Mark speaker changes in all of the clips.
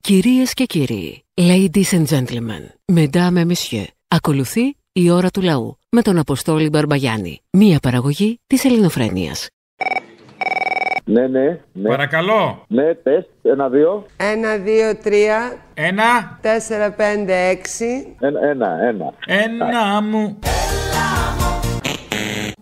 Speaker 1: Κυρίες και κύριοι, ladies and gentlemen, mesdames et messieurs, ακολουθεί η ώρα του λαού με τον Αποστόλη Μπαρμπαγιάννη, μία παραγωγή της ελληνοφρένειας.
Speaker 2: Ναι, ναι, ναι.
Speaker 3: Παρακαλώ.
Speaker 2: Ναι, τεστ. Ένα, δύο.
Speaker 4: 1, 2, 3,
Speaker 3: Ένα,
Speaker 4: 4, 5, 6.
Speaker 2: Ένα, ένα. ένα.
Speaker 3: ένα μου.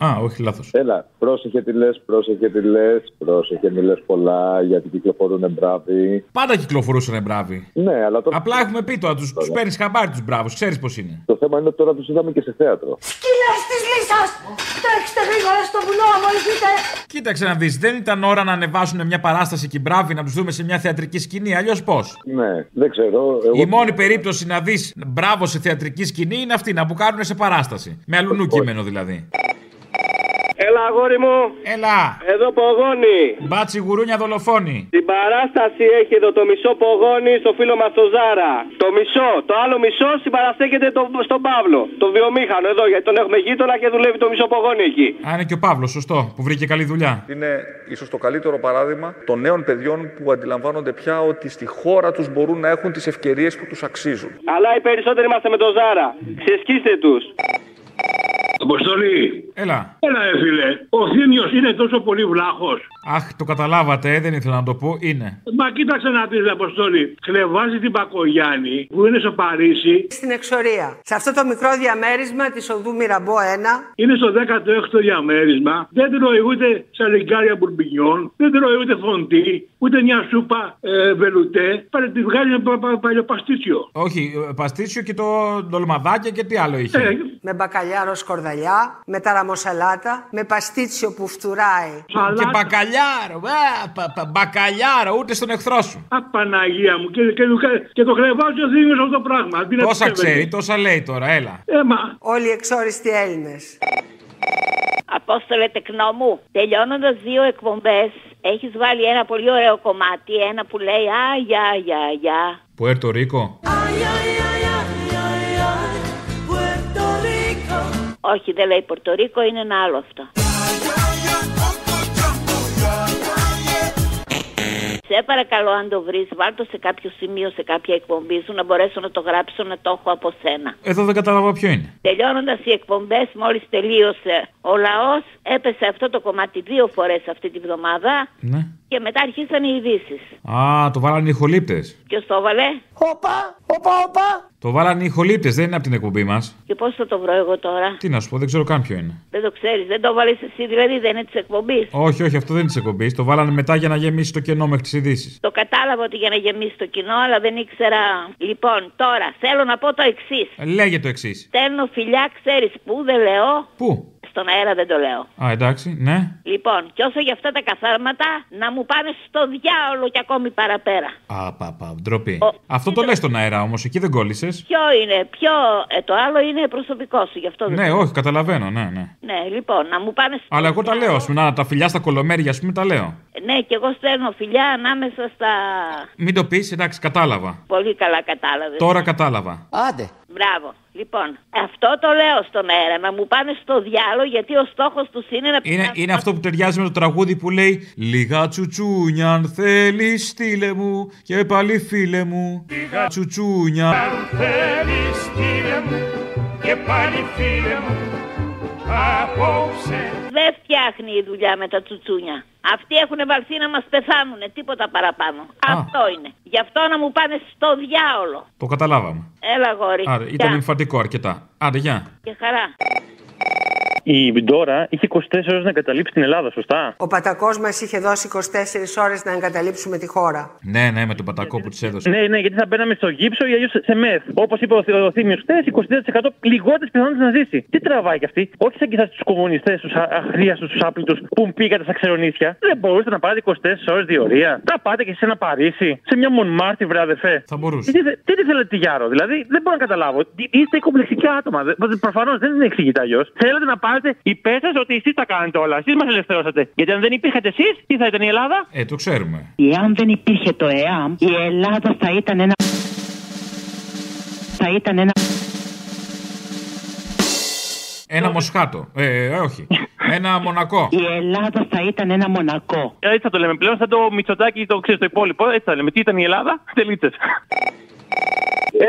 Speaker 3: Α, όχι, λάθος.
Speaker 2: Έλα, πρόσεχε τι λες, πρόσεχε τι λες, πρόσεχε μη λες πολλά γιατί κυκλοφορούν μπράβοι.
Speaker 3: Πάντα κυκλοφορούσαν μπράβοι.
Speaker 2: Ναι, αλλά τώρα.
Speaker 3: Απλά έχουμε πει τώρα, τους, τους παίρνεις χαμπάρι τους μπράβους, ξέρεις πώς είναι.
Speaker 2: Το θέμα είναι ότι τώρα τους είδαμε και σε θέατρο.
Speaker 5: Σκύλος της λύσας! Τρέξτε γρήγορα στο βουνό, αμολυθείτε!
Speaker 3: Κοίταξε να δεις, δεν ήταν ώρα να ανεβάσουν μια παράσταση και οι μπράβοι να τους δούμε σε μια θεατρική σκηνή, αλλιώς πώς.
Speaker 2: Ναι, δεν ξέρω. Εγώ...
Speaker 3: Η μόνη περίπτωση να δεις μπράβο σε θεατρική σκηνή είναι αυτή, να μπουκάρουν σε παράσταση. Με αλουνού κείμενο δηλαδή.
Speaker 6: Έλα, αγόρι μου,
Speaker 3: Έλα,
Speaker 6: εδώ πογόνι.
Speaker 3: μπάτσι γουρούνια δολοφόνη.
Speaker 6: Την παράσταση έχει εδώ το μισό πογόνι στο φίλο μας το Ζάρα. Το μισό, το άλλο μισό συμπαραστέκεται το, στον Παύλο. Το βιομήχανο εδώ, γιατί τον έχουμε γείτονα και δουλεύει το μισό πογόνι εκεί.
Speaker 3: Α, είναι και ο Παύλος, σωστό, που βρήκε καλή δουλειά.
Speaker 7: Είναι ίσως το καλύτερο παράδειγμα των νέων παιδιών που αντιλαμβάνονται πια ότι στη χώρα τους μπορούν να έχουν τις ευκαιρίες που τους αξίζουν.
Speaker 6: Αλλά οι περισσότεροι είμαστε με τον Ζάρα. Ξεσκίστε τους.
Speaker 8: Αποστολή!
Speaker 3: Έλα.
Speaker 8: Έλα, ρε φίλε. Ο Θήμιος είναι τόσο πολύ βλάχος.
Speaker 3: Αχ, το καταλάβατε, ε, δεν ήθελα να το πω. Είναι.
Speaker 8: Μα κοίταξε να δεις, Αποστολή. Χλεβάζει την Πακογιάννη που είναι στο Παρίσι.
Speaker 4: Στην εξορία. Σε αυτό το μικρό διαμέρισμα της οδού Μυραμπό 1.
Speaker 8: Είναι στο 16ο διαμέρισμα. Δεν την ροηγούνται σαλιγκάρια μπουρμπινιών. Δεν την ροηγούνται φοντί. Ούτε μια σούπα ε, βελουτέ. Πάρε τη βγάλει ένα πα- πα- παλιοπαστίτσιο.
Speaker 3: Όχι, ε, παστίτσιο και το ντολμαδάκια και τι άλλο είχε.
Speaker 8: Ε,
Speaker 4: Με μπακαλιάρο σκορδαλιά. Με ταραμοσαλάτα. Με παστίτσιο που φτουράει.
Speaker 3: Και
Speaker 8: αλλά-
Speaker 3: μπακαλιάρο, ε, πα- πα- μπακαλιάρο, ούτε στον εχθρό σου.
Speaker 8: Α, Παναγία μου. Και, και, και το χλεβάζει ο Θήμιος αυτό το πράγμα. Αντί να
Speaker 3: Τόσα
Speaker 8: πιστεύετε.
Speaker 3: ξέρει, τόσα λέει τώρα, έλα.
Speaker 8: Ε, μα
Speaker 4: Όλοι οι εξόριστοι Έλληνες.
Speaker 9: Απόστολε τεκνό μου, τελειώνοντας δύο εκπομπές, έχεις βάλει ένα πολύ ωραίο κομμάτι, ένα που λέει «Α, για, για, για».
Speaker 3: Πουέρτο Ρίκο.
Speaker 9: Όχι, δεν λέει Πορτορίκο, είναι ένα άλλο αυτό. Σε παρακαλώ, αν το βρεις, βάλ το σε κάποιο σημείο, σε κάποια εκπομπή σου, να μπορέσω να το γράψω, να το έχω από σένα.
Speaker 3: Εδώ δεν κατάλαβα ποιο είναι.
Speaker 9: Τελειώνοντας οι εκπομπές, μόλις τελείωσε ο λαός, έπεσε αυτό το κομμάτι δύο φορές αυτή τη βδομάδα
Speaker 3: Ναι.
Speaker 9: και μετά αρχίσαν οι ειδήσεις.
Speaker 3: Α, το βάλανε οι ηχολήπτες.
Speaker 9: Ποιος το έβαλε?
Speaker 5: Όπα, όπα, όπα!
Speaker 3: Το βάλανε οι ηχολήπτες, δεν είναι από την εκπομπή μας.
Speaker 9: Και πώς θα το βρω εγώ τώρα.
Speaker 3: Τι να σου πω, δεν ξέρω καν ποιο είναι.
Speaker 9: Δεν το ξέρεις, δεν το βάλεις εσύ δηλαδή, δεν είναι της εκπομπής.
Speaker 3: Όχι, όχι, αυτό δεν είναι της εκπομπής. Το βάλανε μετά για να γεμίσει το κενό μέχρι τις ειδήσεις.
Speaker 9: Το κατάλαβα ότι για να γεμίσει το κοινό, αλλά δεν ήξερα. Λοιπόν, τώρα θέλω να πω το εξής.
Speaker 3: Λέγε το εξής.
Speaker 9: Στέλνω φιλιά, ξέρεις πού, δεν λέω.
Speaker 3: Πού?
Speaker 9: Στον αέρα δεν το λέω.
Speaker 3: Α, εντάξει, ναι.
Speaker 9: Λοιπόν, και όσο για αυτά τα καθάρματα, να μου πάνε στο διάολο και ακόμη παραπέρα.
Speaker 3: Α, πα, πα, ντροπή.
Speaker 9: Ο-
Speaker 3: Αυτό το λες στον αέρα όμως, εκεί δεν κόλλησες.
Speaker 9: Ποιο είναι, ποιο. Ε, το άλλο είναι προσωπικό σου, γι' αυτό δεν.
Speaker 3: Ναι, όχι, καταλαβαίνω, ναι, ναι.
Speaker 9: ναι, λοιπόν, να μου πάνε στο.
Speaker 3: Αλλά εγώ τα λέω,
Speaker 9: διάολο.
Speaker 3: ας πούμε, να τα φιλιά στα κολομέρια, ας πούμε, τα λέω.
Speaker 9: Ναι, και εγώ στέλνω φιλιά ανάμεσα στα.
Speaker 3: Μην το πεις, εντάξει, κατάλαβα.
Speaker 9: Πολύ καλά κατάλαβες.
Speaker 3: Τώρα κατάλαβα.
Speaker 5: Άντε!
Speaker 9: Μπράβο. Λοιπόν, αυτό το λέω στον αέρα. Να μου πάνε στο διάλογο γιατί ο στόχος τους είναι να
Speaker 3: Είναι,
Speaker 9: να-
Speaker 3: είναι αυτό που ταιριάζει με το τραγούδι που λέει Λίγα τσουτσούνια αν θέλει, στείλε μου και πάλι φίλε μου. Λίγα τσουτσούνια.
Speaker 9: Δεν φτιάχνει η δουλειά με τα τσουτσούνια. Αυτοί έχουν βαλθεί να μας πεθάνουν. Τίποτα παραπάνω. Αυτό είναι. Γι' αυτό να μου πάνε στο διάολο.
Speaker 3: Το καταλάβαμε.
Speaker 9: Έλα, γόρι.
Speaker 3: Άρα, ήταν
Speaker 9: Γεια.
Speaker 3: εμφαντικό αρκετά. Άντε, γεια.
Speaker 9: Και χαρά.
Speaker 10: Η Ντόρα είχε 24 ώρες να καταλήψει την Ελλάδα, σωστά.
Speaker 4: Ο πατακός μας είχε δώσει 24 ώρες να εγκαταλείψουμε τη χώρα.
Speaker 3: Ναι, ναι, με τον πατακό που της έδωσε.
Speaker 10: Ναι, ναι, γιατί θα μπαίναμε στο γύψο ή αλλιώς σε μεθ. Όπως είπε ο, Θη- ο Θήμιος χθες, 23% λιγότερες πιθανότητες να ζήσει. Τι τραβάει κι αυτή. Όχι σαν κοιτά τους κομμουνιστές, τους αχρίαστους, τους άπλητους που πήγατε στα ξερονίσια. Δεν μπορούσατε να πάρετε 24 ώρες διορία. Τα πάτε και σε ένα Παρίσι, σε μια μονμάρτη, βρε αδερφέ.
Speaker 3: Θα μπορούσε.
Speaker 10: Τι, τι, τι, τι θέλετε τη Γιάρο, δηλαδή δεν μπορώ να καταλάβω. Τι- Είστε κομπλεξικά άτομα. Προφανώς δεν είναι εξηγητά αλλιώς. Θέλετε να πάρετε υπέρ σα ότι εσείς τα κάνετε όλα. Εσείς μας ελευθερώσατε. Γιατί αν δεν υπήρχατε εσείς, τι θα ήταν η Ελλάδα.
Speaker 3: Ε, το ξέρουμε.
Speaker 11: Εάν δεν υπήρχε το ΕΑΜ, η Ελλάδα θα ήταν ένα. θα ήταν ένα.
Speaker 3: Ένα μοσχάτο. Ε, ε, όχι. Ένα μονακό.
Speaker 11: Η Ελλάδα θα ήταν ένα μονακό.
Speaker 10: Ε, Έτσι θα το λέμε πλέον, σαν το Μητσοτάκι, το ξέρεις το υπόλοιπο. Έτσι θα λέμε. Τι ήταν η Ελλάδα, τελίτσε.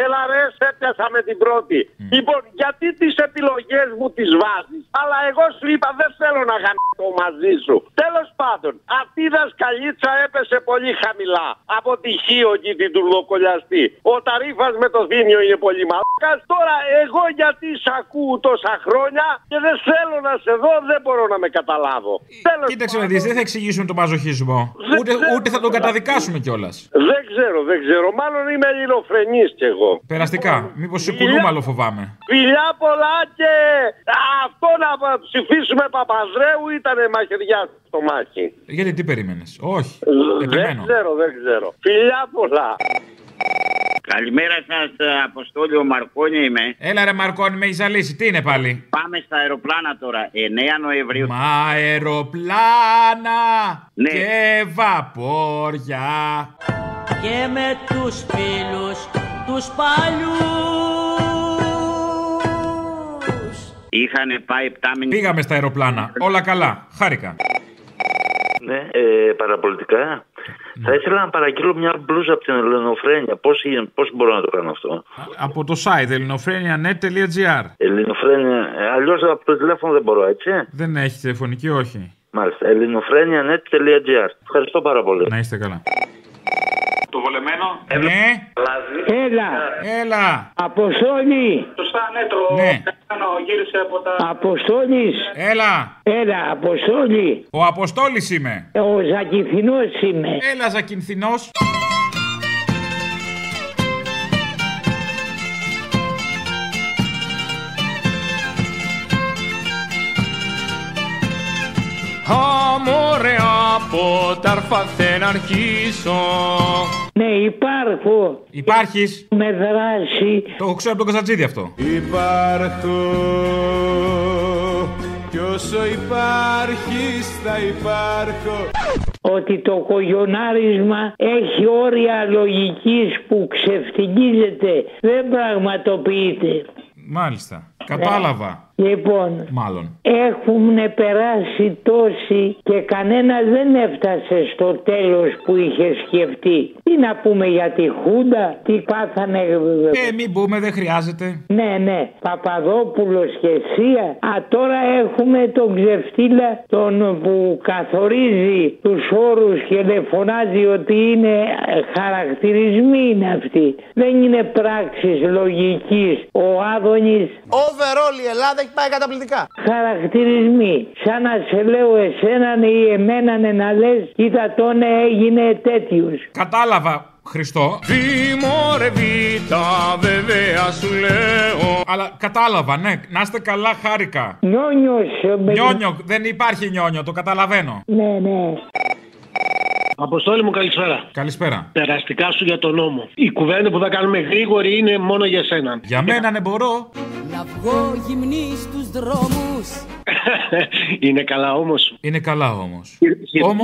Speaker 8: Έλα ρε, σε πιάσα με την πρώτη.
Speaker 3: Mm.
Speaker 8: Λοιπόν, γιατί τις επιλογές μου τις βάζεις. Αλλά εγώ σου είπα δεν θέλω να γαμίσω μαζί σου. Τέλος πάντων, αυτή η δασκαλίτσα έπεσε πολύ χαμηλά. Από τη χείο εκεί την τουρδοκολιαστή. Ο ταρήφα με το δίνιο είναι πολύ μαλάκας. Τώρα εγώ γιατί σ' ακούω τόσα χρόνια και δεν θέλω να σε δω, δεν μπορώ να με καταλάβω. Τέλος
Speaker 3: Κοίταξε να δεις, δεν θα εξηγήσουμε τον μαζοχισμό. Ούτε, ούτε θα τον καταδικάσουμε κιόλας.
Speaker 8: Δεν ξέρω, δεν ξέρω. Μάλλον είμαι ελληνοφρενής κι εγώ.
Speaker 3: Περαστικά. Μήπως σε κουνούμαλο φοβάμαι.
Speaker 8: Φιλιά πολλά και αυτό να ψηφίσουμε Παπανδρέου ήταν μαχαιριά στο μάχη.
Speaker 3: Γιατί τι περίμενες. Όχι. Ε,
Speaker 8: Δεν
Speaker 3: Επιμένω.
Speaker 8: ξέρω, δεν ξέρω. Φιλιά πολλά.
Speaker 12: Καλημέρα ε, σα, Αποστόλιο Μαρκόνη είμαι.
Speaker 3: Έλα ρε Μαρκόνι, με έχεις ζαλίσει. Τι είναι πάλι.
Speaker 12: Πάμε στα αεροπλάνα τώρα. 9 Νοεμβρίου. Ναι.
Speaker 3: Μα αεροπλάνα και βαπόρια.
Speaker 13: και με τους φίλους τους παλιούς.
Speaker 12: Είχαν πάει 7 μήνε.
Speaker 3: Πήγαμε στα αεροπλάνα. Όλα καλά. Χάρηκα.
Speaker 14: Ναι, ε, παραπολιτικά.
Speaker 3: Ναι.
Speaker 14: Θα ήθελα να παραγγείλω μια μπλούζα από την Ελληνοφρένεια. Πώς, γι- πώς μπορώ να το κάνω αυτό.
Speaker 3: Από το site ελληνοφρένια.net.gr
Speaker 14: Ελληνοφρένεια, ε, αλλιώς από το τηλέφωνο δεν μπορώ, έτσι.
Speaker 3: Δεν έχει τηλεφωνική, όχι.
Speaker 14: Μάλιστα, ελληνοφρένια.net.gr. Ευχαριστώ πάρα πολύ.
Speaker 3: Να είστε καλά.
Speaker 15: Το βολεμένο.
Speaker 3: Ναι.
Speaker 15: Έλα.
Speaker 3: Έλα.
Speaker 15: Αποστόλη. Σωστά, ναι, το
Speaker 3: Ναι.
Speaker 15: κάνω, γύρισε από τα...
Speaker 13: Αποστόλης.
Speaker 3: Έλα.
Speaker 13: Έλα, Αποστόλη.
Speaker 3: Ο Αποστόλης είμαι.
Speaker 13: Ο Ζακηθινός είμαι.
Speaker 3: Έλα, Ζακυνθινός.
Speaker 5: Αμόρε από τα αρφαθέν αρχίσω
Speaker 13: Ναι, υπάρχω.
Speaker 3: Υπάρχεις.
Speaker 13: Με δράση.
Speaker 3: Το ξέρω από τον Καζατζίδη αυτό.
Speaker 5: Υπάρχω κι όσο υπάρχεις θα υπάρχω
Speaker 13: Ότι το κογιονάρισμα έχει όρια λογικής που ξεφτυγίζεται. Δεν πραγματοποιείται.
Speaker 3: Μάλιστα. Κατάλαβα.
Speaker 13: Λοιπόν,
Speaker 3: Μάλλον.
Speaker 13: έχουν περάσει τόσοι και κανένας δεν έφτασε στο τέλος που είχε σκεφτεί. Τι να πούμε για τη Χούντα, τι πάθανε...
Speaker 3: Ε, μην πούμε, δεν χρειάζεται.
Speaker 13: Ναι, ναι, Παπαδόπουλος και Σία. Α, τώρα έχουμε τον ξεφτύλα τον που καθορίζει τους όρους και δεν φωνάζει ότι είναι ε, χαρακτηρισμοί είναι αυτοί. Δεν είναι πράξεις λογικής. Ο Άδωνης
Speaker 16: Overall η Ελλάδα έχει πάει καταπληκτικά.
Speaker 13: χαρακτηρισμοί. Σαν να σε λέω εσέναν ή εμέναν να λες κοίτα τον έγινε τέτοιος.
Speaker 3: Κατάλαβα, Χριστό.
Speaker 5: Δημόρε βήτα βέβαια σου λέω
Speaker 3: Αλλά κατάλαβα, ναι. Να είστε καλά, χάρηκα.
Speaker 13: Νιόνιος. ε, με-
Speaker 3: Νιόνιο, δεν υπάρχει νιόνιο, το καταλαβαίνω.
Speaker 13: Ναι, ναι.
Speaker 17: Αποστόλη μου, καλησπέρα.
Speaker 3: Καλησπέρα.
Speaker 17: Περαστικά σου για τον νόμο. Η κουβέντα που θα κάνουμε γρήγορη είναι μόνο για σένα.
Speaker 3: Για μένα ναι μπορώ.
Speaker 18: Να βγω γυμνή στους δρόμους
Speaker 17: είναι καλά όμως.
Speaker 3: Είναι καλά όμως. Όμω.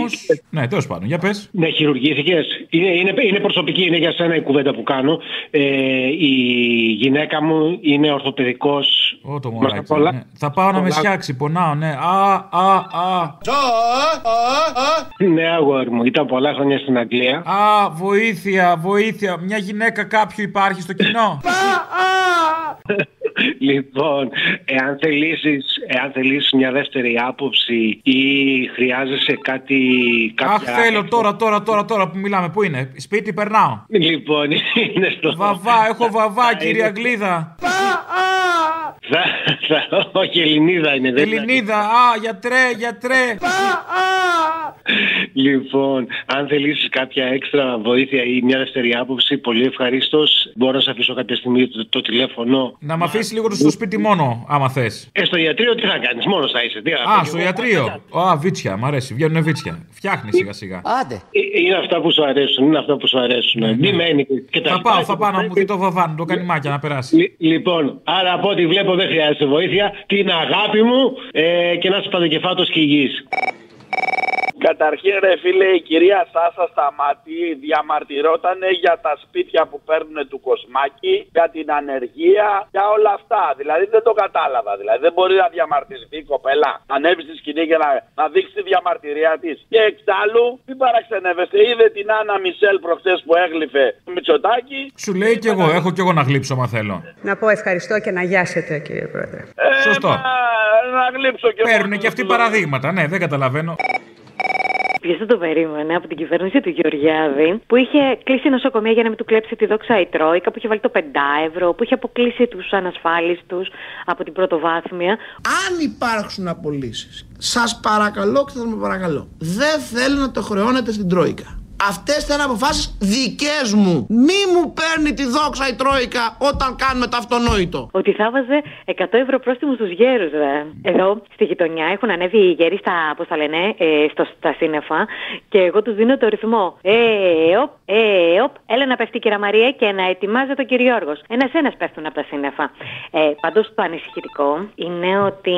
Speaker 3: Ναι, τέλος πάντων, για πες.
Speaker 17: Ναι, χειρουργήθηκες. Είναι, είναι, είναι προσωπική, είναι για σένα η κουβέντα που κάνω. Ε, η γυναίκα μου είναι ορθοπαιδικός.
Speaker 3: Ω, το μωράκι, ναι. Θα πάω να με φτιάξει, πονάω, ναι. Α, α, α.
Speaker 17: Ναι, αγόρι μου, ήταν πολλά χρόνια στην Αγγλία.
Speaker 3: Α, βοήθεια, βοήθεια. Μια γυναίκα κάποιου υπάρχει στο κοινό.
Speaker 17: Λοιπόν, εάν θελήσεις, εάν θελήσεις μια δεύτερη άποψη ή χρειάζεσαι κάτι...
Speaker 3: Αχ,
Speaker 17: κάποια-
Speaker 3: θέλω τώρα, τώρα, τώρα, τώρα που μιλάμε. Πού είναι, σπίτι περνάω.
Speaker 17: Λοιπόν, είναι στο...
Speaker 3: Βαβά, έχω βαβά,
Speaker 17: Θα
Speaker 3: κυρία
Speaker 17: είναι-
Speaker 3: Γλίδα.
Speaker 17: Θα, θα, όχι, Ελληνίδα είναι. δεν είναι.
Speaker 3: Ελληνίδα, α, γιατρέ, γιατρέ.
Speaker 17: Λοιπόν, αν θελήσεις κάποια έξτρα βοήθεια ή μια δεύτερη άποψη, πολύ ευχαρίστως. Μπορώ να σε αφήσω κάποια στιγμή το, το τηλέφωνο.
Speaker 3: Να με αφήσεις λίγο στο σπίτι μόνο, άμα θες.
Speaker 17: Ε, στο ιατρείο τι θα κάνεις, μόνος θα είσαι. Τι θα
Speaker 3: Α,
Speaker 17: πω κι
Speaker 3: στο
Speaker 17: εγώ.
Speaker 3: ιατρείο. Α, βίτσια, μ' αρέσει. Βγαίνουν βίτσια. Φτιάχνει σιγά σιγά.
Speaker 17: Άντε. Ε, Είναι αυτά που σου αρέσουν, είναι αυτά που σου αρέσουν. Μη μένει και
Speaker 3: Ναι,
Speaker 17: τα
Speaker 3: Θα
Speaker 17: λοιπά.
Speaker 3: πάω, θα πάω να μου δει το βαβάν, το κάνει μάκια να περάσει.
Speaker 17: Λι- Λοιπόν, άρα από ό,τι βλέπω δεν χρειάζεται βοήθεια. Την αγάπη μου ε, και να είσαι παντοκεφάτος και υγιής.
Speaker 19: Καταρχήν, ρε φίλε, η κυρία Σάσα Σταμάτη διαμαρτυρόταν για τα σπίτια που παίρνουν του Κοσμάκη, για την ανεργία, για όλα αυτά. Δηλαδή δεν το κατάλαβα. Δηλαδή δεν μπορεί να διαμαρτυρηθεί η κοπέλα. Να ανέβει στη σκηνή και να, να δείξει τη διαμαρτυρία της. Και εξάλλου, μην παραξενεύεστε, είδε την Άννα Μισελ προχθές που έγλυφε το Μητσοτάκι.
Speaker 3: Σου λέει κι εγώ, έχω κι εγώ να γλύψω, μα θέλω.
Speaker 20: Να πω ευχαριστώ και να γιάσετε, κύριε Πρόεδρε.
Speaker 3: Σωστό.
Speaker 19: Ε, Να γλύψω και
Speaker 3: Παίρνουν και αυτοί παραδείγματα, ναι, δεν καταλαβαίνω.
Speaker 21: Ποιος δεν το περίμενε από την κυβέρνηση του Γεωργιάδη, που είχε κλείσει νοσοκομεία για να μην του κλέψει τη δόξα η Τρόικα, που είχε βάλει το 5 ευρώ, που είχε αποκλείσει τους ανασφάλιστους από την πρωτοβάθμια.
Speaker 22: Αν υπάρξουν απολύσεις, σας παρακαλώ και σα με παρακαλώ, δεν θέλω να το χρεώνετε στην Τρόικα. Αυτές ήταν αποφάσεις δικές μου. Μη μου παίρνει τη δόξα η Τρόικα όταν κάνουμε το αυτονόητο.
Speaker 21: Ότι θα βάζε 100 ευρώ πρόστιμο στους γέρους, ρε. Εδώ στη γειτονιά έχουν ανέβει οι γέροι στα, πώς τα λένε, ε, στο, στα σύννεφα και εγώ τους δίνω το ρυθμό. Ε, οπ, ε, οπ, έλα να πέφτει η κυρία Μαρία και να ετοιμάζεται ο κύριο Γιώργο. Ένα-ένα πέφτουν από τα σύννεφα. Ε, Πάντως το ανησυχητικό είναι ότι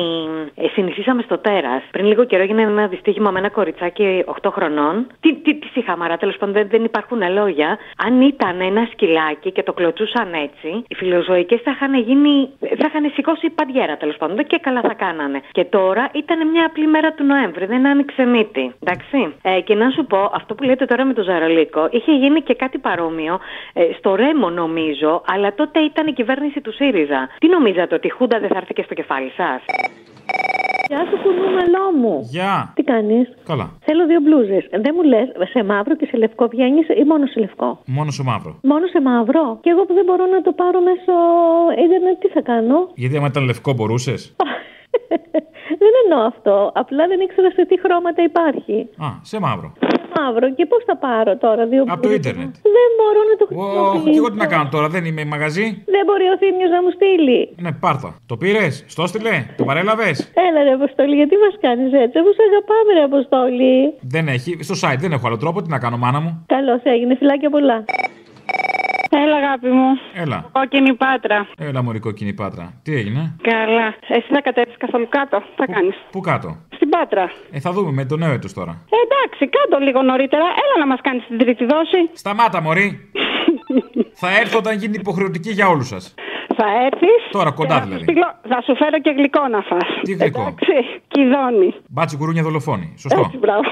Speaker 21: ε, συνηθίσαμε στο τέρας. Πριν λίγο καιρό έγινε ένα δυστύχημα με ένα κοριτσάκι 8 χρονών. Τι, τι, τι συχαμάρα, τέλος πάντων δεν, δεν υπάρχουν λόγια. Αν ήταν ένα σκυλάκι και το κλωτσούσαν έτσι, οι φιλοζωικές θα είχαν γίνει. θα είχαν σηκώσει παντιέρα τέλος πάντων και καλά θα κάνανε. Και τώρα ήταν μια απλή μέρα του Νοέμβρη, δεν άνοιξε μύτη. Εντάξει. Ε, και να σου πω, αυτό που λέτε τώρα με τον Ζαρολίκο, είχε γίνει και κάτι παρόμοιο ε, στο Ρέμο νομίζω, αλλά τότε ήταν η κυβέρνηση του ΣΥΡΙΖΑ. Τι νομίζατε ότι η Χούντα δεν θα έρθει και στο κεφάλι σας.
Speaker 23: Γεια σου, κουνούμελό μου.
Speaker 3: Γεια.
Speaker 23: Τι κάνεις.
Speaker 3: Καλά.
Speaker 23: Θέλω δύο μπλούζες. Δεν μου λες σε μαύρο και σε λευκό βγαίνεις ή μόνο σε λευκό.
Speaker 3: Μόνο σε μαύρο.
Speaker 23: Μόνο σε μαύρο. Και εγώ που δεν μπορώ να το πάρω μέσω ίντερνετ, τι θα κάνω.
Speaker 3: Γιατί άμα ήταν λευκό μπορούσες.
Speaker 23: δεν εννοώ αυτό. Απλά δεν ήξερα σε τι χρώματα υπάρχει.
Speaker 3: Α, σε μαύρο.
Speaker 23: Σε μαύρο. Και πώς θα πάρω τώρα δύο μπλούζε.
Speaker 3: Από το ίντερνετ.
Speaker 23: Δεν μπορώ να το
Speaker 3: Ωχ,
Speaker 23: χρησιμοποιήσω.
Speaker 3: και εγώ τι να κάνω τώρα, δεν είμαι μαγαζί.
Speaker 23: Δεν μπορεί ο Θήμιος να μου στείλει.
Speaker 3: Ναι, πάρτα. Το πήρες, στο στείλε, το παρέλαβες.
Speaker 23: Έλα ρε Αποστολή, γιατί μας κάνεις έτσι, αφού σε αγαπάμε ρε Αποστολή.
Speaker 3: Δεν έχει. Στο site δεν έχω άλλο τρόπο, τι να κάνω, μάνα μου.
Speaker 23: Καλώς έγινε, φυλάκια πολλά.
Speaker 24: Έλα, αγάπη μου.
Speaker 3: Έλα.
Speaker 24: Κόκκινη πάτρα.
Speaker 3: Έλα, μωρικό κοινή πάτρα. Τι έγινε,
Speaker 24: Καλά. Εσύ θα κατέβεις καθόλου κάτω. Θα κάνεις.
Speaker 3: πού κάτω.
Speaker 24: Στην πάτρα.
Speaker 3: Ε, θα δούμε με το νέο έτος τώρα.
Speaker 24: Ε, εντάξει, κάτω λίγο νωρίτερα. Έλα να μας κάνεις την τρίτη δόση.
Speaker 3: Σταμάτα, Μωρή. θα έρθω όταν γίνει υποχρεωτική για όλους σας.
Speaker 24: Θα έρθεις.
Speaker 3: Τώρα, κοντά δηλαδή.
Speaker 24: Θα σου φέρω και γλυκό να φας.
Speaker 3: Τι γλυκό.
Speaker 24: Εντάξει, κυδώνει.
Speaker 3: Μπάτσι κουρούνια δολοφόνη. Σωστό.
Speaker 24: Έτσι, μπράβο.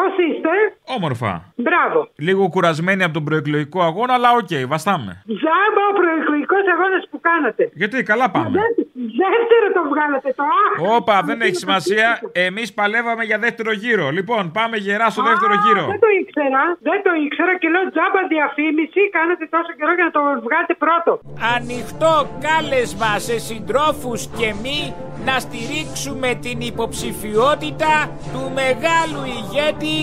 Speaker 25: Πώ είστε, ε?
Speaker 3: Όμορφα.
Speaker 25: μπράβο.
Speaker 3: Λίγο κουρασμένη από τον προεκλογικό αγώνα, αλλά οκ, βαστάμε.
Speaker 25: Τζάμπα ο προεκλογικός αγώνας που κάνατε.
Speaker 3: Γιατί καλά πάμε.
Speaker 25: Δε- Δεύτερο το βγάλατε το άχ.
Speaker 3: Όπα, δεν έχει σημασία. Εμείς παλεύαμε για δεύτερο γύρο. Λοιπόν, πάμε γερά στο δεύτερο γύρο.
Speaker 25: Δεν το ήξερα, δεν το ήξερα και λέω τζάμπα διαφήμιση. Κάνατε τόσο καιρό για να το βγάλετε πρώτο.
Speaker 26: Ανοιχτό κάλεσμα σε συντρόφους και μη να στηρίξουμε την υποψηφιότητα του μεγάλου ηγέτη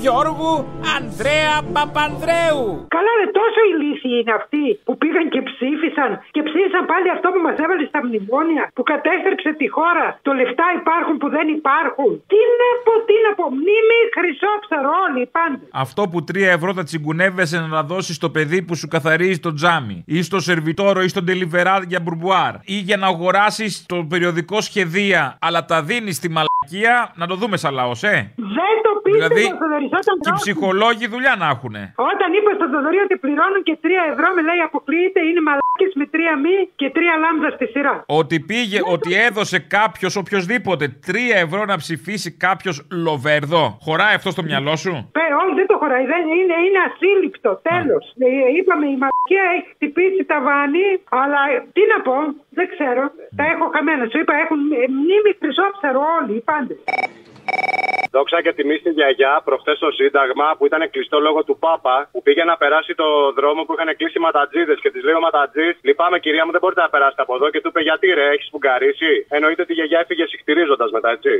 Speaker 26: Γιώργου Ανδρέα Παπανδρέου.
Speaker 25: Καλά, ρε, τόσο ηλίθιοι είναι αυτοί που πήγαν και ψήφισαν και ψήφισαν πάλι αυτό που μας έβαλε στα μνημόνια, που κατέστρεψε τη χώρα. Το λεφτά υπάρχουν που δεν υπάρχουν. Τι να πω, τι να πω, μνήμη χρυσόψαρο όλοι πάντα.
Speaker 3: Αυτό που 3 ευρώ θα τσιγκουνεύεσαι να τα δώσεις στο παιδί που σου καθαρίζει το τζάμι, ή στο σερβιτόρο, ή στον τελιβερά για μπουρμπουάρ, ή για να αγοράσεις το περιοδικό σχεδία, αλλά τα δίνεις στη μαλακία, να το δούμε σαν λαός, ε.
Speaker 25: Δεν το πίστευα,
Speaker 3: Δηλαδή,
Speaker 25: Θοδωρή, όταν,
Speaker 3: Και οι ψυχολόγοι δουλειά να έχουν.
Speaker 25: όταν είπε στον Θοδωρή ότι πληρώνουν και 3 ευρώ, με λέει αποκλείεται, είναι μαλάκες με 3 μη και 3 λάμδα στη σειρά.
Speaker 3: Ότι πήγε, ότι έδωσε κάποιος, οποιοδήποτε, 3 ευρώ να ψηφίσει κάποιος λοβέρδο. Χωράει αυτό στο μυαλό σου.
Speaker 25: Ε, όχι, δεν το χωράει. Δεν, είναι, είναι ασύλληπτο. Τέλο. Είπαμε η μαλακία έχει χτυπήσει τα βάνη, αλλά ε, τι να πω, δεν ξέρω. Τα έχω χαμένα. Σου είπα, έχουν ε, μνήμη χρυσόψαρο όλοι οι πάντες.
Speaker 27: Δόξα και τιμή στην γιαγιά, προχθές στο Σύνταγμα που ήταν κλειστό λόγω του Πάπα, που πήγε να περάσει το δρόμο που είχαν κλείσει οι ματατζίδες και τη λέει ο ματατζής: Λυπάμαι, κυρία μου, δεν μπορείτε να περάσετε από εδώ. Και του είπε: Γιατί ρε, έχεις σφουγγαρίσει. Εννοείται ότι η γιαγιά έφυγε συχτηρίζοντας μετά, έτσι.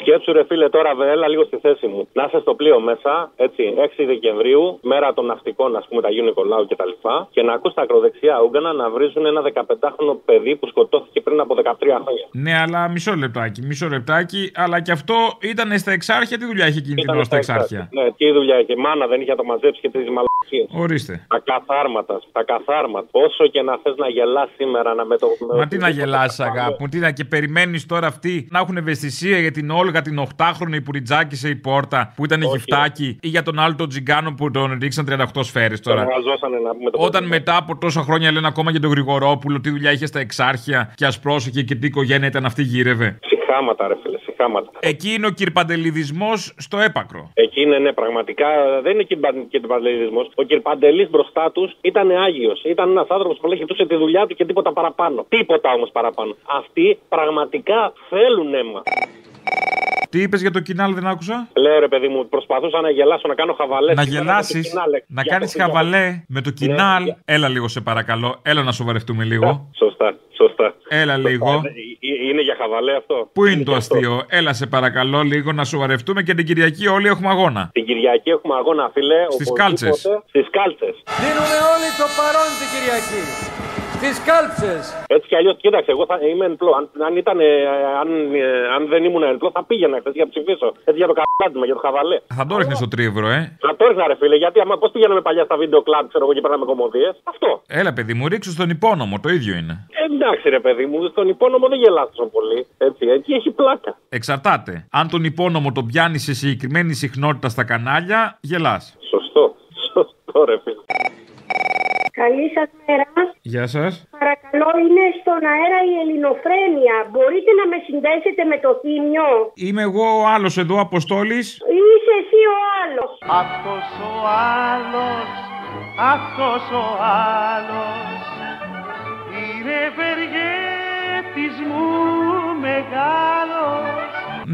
Speaker 28: Σκέψου ρε φίλε τώρα, έλα λίγο στη θέση μου. Να είσαι στο πλοίο μέσα, έτσι, 6 Δεκεμβρίου, μέρα των ναυτικών, ας πούμε, τα Γιού Νικολάου και τα λοιπά, και να ακούς τα ακροδεξιά Ούγγανα να βρίζουν ένα 15χρονο παιδί που σκοτώθηκε πριν από 13 χρόνια.
Speaker 3: Ναι, αλλά μισό λεπτάκι, μισό λεπτάκι. Αλλά και αυτό ήταν στα εξάρχεια. Τι δουλειά είχε εκείνη την ώρα στα εξάρχεια.
Speaker 28: Ναι, τι δουλειά είχε, μάνα δεν είχε να το μαζέψει και τις μαλακίες
Speaker 3: Ορίστε.
Speaker 28: Τα καθάρματα. Τα καθάρματα. Όσο και να θες να γελάς σήμερα να με Ε, το.
Speaker 3: Μα τι να γελάσει, αγάπη μου, τι να και περιμένεις τώρα αυτοί να έχουν ευαισθησία για την Όλγα την 8χρονη που ριτζάκισε η πόρτα που ήταν γυφτάκι ή για τον άλλο τον Τζιγκάνο που τον ρίξαν 38 σφαίρες τώρα.
Speaker 28: Τον βαζώσανε, να πούμε, το
Speaker 3: Όταν μετά από τόσα χρόνια λένε ακόμα για τον Γρηγορόπουλο τι δουλειά είχε στα εξάρχεια και ας πρόσεχε και τι οικογένεια ήταν αυτή γύρευε.
Speaker 28: Συχάματα, ρε φίλε, συχάματα.
Speaker 3: Εκεί είναι ο κυρπαντελιδισμός στο έπακρο.
Speaker 28: Εκεί είναι, ναι, πραγματικά δεν είναι κυρπαντελισμό. Ο κυρπαντελής μπροστά τους ήταν άγιος. Ήταν ένας άνθρωπος που χαιρετούσε τη δουλειά του και τίποτα παραπάνω. Τίποτα όμως παραπάνω. Αυτοί πραγματικά θέλουν αίμα.
Speaker 3: Τι είπες για το κοινάλ, δεν άκουσα.
Speaker 28: Λέω ρε παιδί μου, προσπαθούσα να γελάσω, να κάνω χαβαλές.
Speaker 3: Να γελάσει, να κάνει χαβαλέ με το κοινάλ.
Speaker 28: Ναι, για-
Speaker 3: Έλα λίγο, σε παρακαλώ. Έλα να σοβαρευτούμε λίγο.
Speaker 28: Σωστά, σωστά.
Speaker 3: Έλα λίγο.
Speaker 28: Ε, ε, Είναι για χαβαλέ αυτό.
Speaker 3: Πού είναι το αστείο, έλα σε παρακαλώ λίγο να σοβαρευτούμε και την Κυριακή όλοι έχουμε αγώνα.
Speaker 28: Την Κυριακή έχουμε αγώνα, φίλε.
Speaker 3: Στις κάλτσες.
Speaker 28: Στις κάλτσες.
Speaker 5: Δίνουμε όλοι το παρόν την Κυριακή. Τις κάλτσες.
Speaker 28: Έτσι κι αλλιώς, κοίταξε, εγώ θα είμαι εν πλώ. Αν, αν, ήταν, ε, αν, ε, αν δεν ήμουν εν πλώ, θα πήγαινα χθες για να ψηφίσω. Έτσι για το καπάντημα, για το χαβαλέ.
Speaker 3: Θα το ρίχνει στο τρίευρο, ε.
Speaker 28: Θα το έριχνα, ρε φίλε, γιατί άμα πώς πηγαίναμε παλιά στα βίντεο κλαμπ, ξέρω εγώ και παίρναμε κομμωδίες. Αυτό.
Speaker 3: Έλα, παιδί μου, ρίξου στον υπόνομο, το ίδιο είναι.
Speaker 28: Ε, εντάξει, ρε παιδί μου, στον υπόνομο δεν γελάς τόσο πολύ. Έτσι, εκεί έχει πλάκα.
Speaker 3: Εξαρτάται. Αν τον υπόνομο τον πιάνεις σε συγκεκριμένη συχνότητα στα κανάλια, γελάς.
Speaker 28: Σωστό. Σωστό, ρε φίλε.
Speaker 29: Καλή σας μέρα.
Speaker 3: Γεια σας.
Speaker 29: Παρακαλώ, είναι στον αέρα η ελληνοφρένεια. Μπορείτε να με συνδέσετε με το θύμιο.
Speaker 3: Είμαι εγώ ο άλλος εδώ, Αποστόλης.
Speaker 29: Είσαι εσύ ο άλλος.
Speaker 5: Αυτός ο άλλος, αυτός ο άλλος είναι ευεργέτης μου μεγάλος.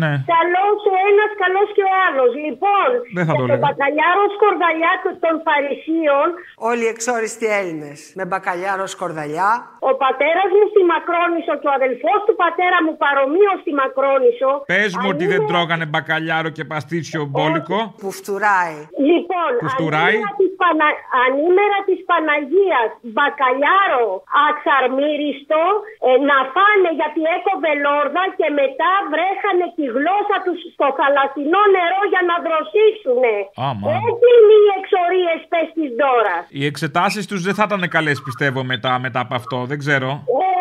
Speaker 3: Ναι.
Speaker 29: Καλός ο ένας, καλός και ο άλλος. Λοιπόν,
Speaker 5: Δεν θα το
Speaker 29: για τον
Speaker 5: λέγα.
Speaker 29: μπακαλιάρο σκορδαλιά του- των Φαρισίων,
Speaker 20: Όλοι οι εξόριστοι Έλληνες. Με μπακαλιάρος σκορδαλιά.
Speaker 29: ο πατέρας μου στη Μακρόνισο και ο αδελφός του πατέρα μου παρομοίω στη Μακρόνισο.
Speaker 3: Πες μου ότι δεν τρώγανε μπακαλιάρο και παστίτσιο μπόλικο.
Speaker 29: Που φτουράει. Λοιπόν,
Speaker 3: Που φτουράει.
Speaker 29: ανήμερα της, Πανα... ανήμερα της Παναγίας, μπακαλιάρο αξαρμύριστο, ε, να φάνε γιατί έκοβε λόρδα και μετά βρέχανε τη γλώσσα τους στο θαλασσινό νερό για να δροσίσουνε.
Speaker 3: Άμα.
Speaker 29: Έτσι είναι οι εξορίες πες της δώρας.
Speaker 3: Οι εξετάσεις τους δεν θα ήταν καλές, πιστεύω, μετά, μετά από αυτό. Δεν ξέρω.
Speaker 29: Ε,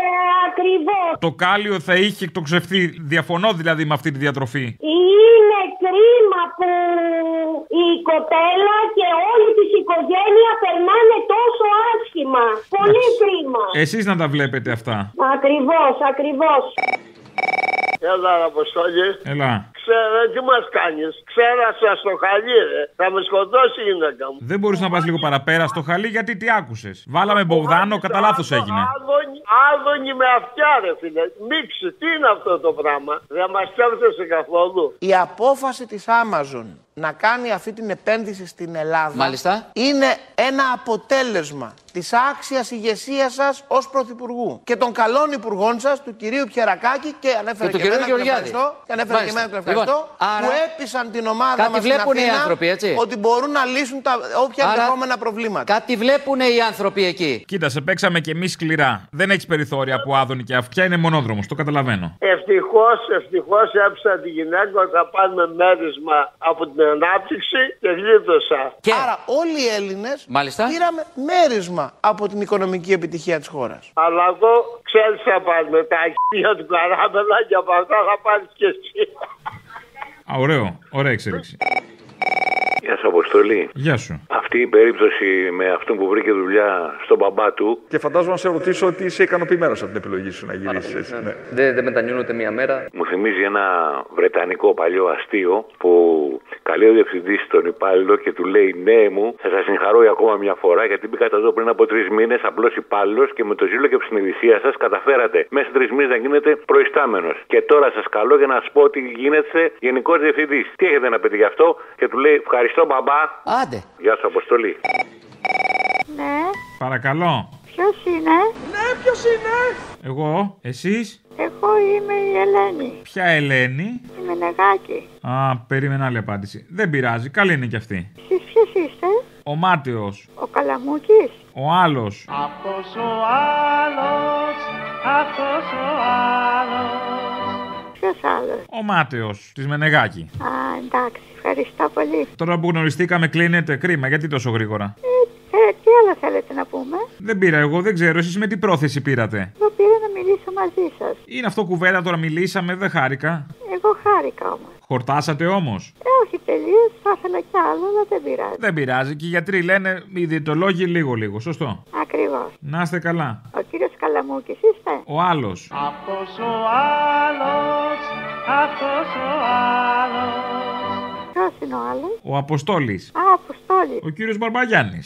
Speaker 29: ακριβώς.
Speaker 3: Το κάλιο θα είχε εκτοξευθεί. Διαφωνώ δηλαδή με αυτή τη διατροφή.
Speaker 29: Είναι κρίμα που η κοπέλα και όλη της οικογένεια περνάνε τόσο άσχημα. Πολύ κρίμα.
Speaker 3: Εσείς να τα βλέπετε αυτά.
Speaker 29: Ακριβώς, ακριβώς.
Speaker 12: Έλα, ρε, Αποστόλη.
Speaker 3: Έλα.
Speaker 12: Ξέρε, τι μας κάνεις. Ξέρασα στο χαλί, ρε. Θα με σκοτώσει η γυναίκα μου.
Speaker 3: Δεν μπορούσε να πας λίγο παραπέρα στο χαλί γιατί τι άκουσες. Βάλαμε Μπογδάνο, κατά λάθος έγινε.
Speaker 12: Άδωνη, άδωνη με αυτιά, ρε φίλε. Μίξη, τι είναι αυτό το πράγμα. Δεν μας σκέφτεσαι καθόλου.
Speaker 16: Η απόφαση της Amazon να κάνει αυτή την επένδυση στην Ελλάδα
Speaker 12: Μάλιστα.
Speaker 16: είναι ένα αποτέλεσμα της άξιας ηγεσίας σας ως Πρωθυπουργού και των καλών υπουργών σας, του κυρίου Πιερακάκη και ανέφερε
Speaker 12: Και του
Speaker 16: και,
Speaker 12: κυρίου
Speaker 16: εμένα τον
Speaker 12: Γεωργιάδη.
Speaker 16: ευχαριστώ, και ανέφερε και
Speaker 12: Μάλιστα.
Speaker 16: εμένα τον
Speaker 12: Λοιπόν,
Speaker 16: ευχαριστώ που
Speaker 12: άρα
Speaker 16: έπεισαν την ομάδα
Speaker 12: κάτι
Speaker 16: μας στην
Speaker 12: βλέπουν οι
Speaker 16: Αθήνα
Speaker 12: άνθρωποι, έτσι.
Speaker 16: ότι μπορούν να λύσουν τα, όποια
Speaker 12: Άρα
Speaker 16: ενδεχόμενα προβλήματα.
Speaker 12: Κάτι βλέπουν οι άνθρωποι εκεί.
Speaker 3: Κοίτα, σε παίξαμε κι εμείς σκληρά. Δεν έχει περιθώρια που άδωνη και αυτιά είναι μονόδρομος. Το καταλαβαίνω.
Speaker 12: Ευτυχώς, ευτυχώς έψα τη γυναίκα ότι θα πάρουμε μέρισμα από την ανάπτυξη και γλίτωσα.
Speaker 16: Άρα όλοι οι Έλληνες
Speaker 12: Μάλιστα.
Speaker 16: πήραμε μέρισμα από την οικονομική επιτυχία της χώρας.
Speaker 12: Αλλά εγώ ξέρεις θα πάρουμε τα αρχεία του καράβελα και από αυτά θα πάρεις και εσύ.
Speaker 3: Α, ωραίο. Ωραία εξέλιξη.
Speaker 8: Γεια σου, Αποστολή.
Speaker 3: Γεια σου.
Speaker 8: Αυτή η περίπτωση με αυτόν που βρήκε δουλειά στον μπαμπά του.
Speaker 30: Και φαντάζομαι να σε ρωτήσω ότι είσαι ικανοποιημένος από την επιλογή σου να γυρίσεις. έτσι. Ναι.
Speaker 8: Δεν, δεν μετανιώνω ούτε μία μέρα. Μου θυμίζει ένα βρετανικό παλιό αστείο που καλεί ο διευθυντής στον υπάλληλο και του λέει: Ναι, μου, θα σας συγχαρώ για ακόμα μια φορά γιατί μπήκατε εδώ πριν από τρεις μήνες απλός υπάλληλος και με το ζήλο και ψυνειδησία σας καταφέρατε μέσα σε τρεις μήνες να γίνετε προϊστάμενος. Και τώρα σας καλώ για να σας πω ότι γίνετε γενικός διευθυντής. Τι έχετε να πείτε γι' αυτό και του λέει: Ευχαριστώ, μπαμπά.
Speaker 12: Άντε.
Speaker 8: Γεια σου, Αποστολή.
Speaker 29: Ναι,
Speaker 3: Παρακαλώ.
Speaker 29: ποιος είναι? Ναι, ποιος είναι?
Speaker 3: Εγώ, εσείς.
Speaker 29: Εγώ είμαι η Ελένη.
Speaker 3: Ποια Ελένη.
Speaker 29: Είμαι νεγάκι.
Speaker 3: Α, περίμενα άλλη απάντηση. Δεν πειράζει. Καλή είναι κι αυτή.
Speaker 29: Εσείς ποιος είστε?
Speaker 3: Ο Μάταιο.
Speaker 29: Ο Καλαμούκης.
Speaker 3: Ο άλλος.
Speaker 5: Αυτός ο άλλος, αυτός ο άλλος
Speaker 29: Ποιος
Speaker 31: άλλος.
Speaker 3: Ο Μάταιος της Μενεγάκη.
Speaker 31: Α, εντάξει, ευχαριστώ πολύ.
Speaker 3: Τώρα που γνωριστήκαμε, κλείνεται. Κρίμα, γιατί τόσο γρήγορα.
Speaker 31: Ε, τι άλλο θέλετε να πούμε.
Speaker 3: Δεν πήρα εγώ, δεν ξέρω. Εσείς με τι πρόθεση πήρατε.
Speaker 31: Εγώ πήρα να μιλήσω μαζί σας.
Speaker 3: Είναι αυτό κουβέντα τώρα, μιλήσαμε, δεν χάρηκα.
Speaker 31: Εγώ χάρηκα όμως.
Speaker 3: Χορτάσατε όμως.
Speaker 31: Ε, όχι τελείως, θα ήθελα κι άλλο, αλλά δεν πειράζει.
Speaker 3: Δεν πειράζει και οι γιατροί λένε οι διαιτολόγοι λίγο-λίγο, σωστό.
Speaker 31: Ακριβώς.
Speaker 3: Να είστε καλά.
Speaker 31: Ο κύριος Καλαμούκη είστε.
Speaker 3: Ο άλλος.
Speaker 14: Αυτός ο άλλος, αυτός ο άλλος
Speaker 31: Ποιος είναι ο άλλος.
Speaker 3: Ο Αποστόλης.
Speaker 31: Α, Αποστόλης.
Speaker 3: Ο κύριος Μπαρμπαγιάννης.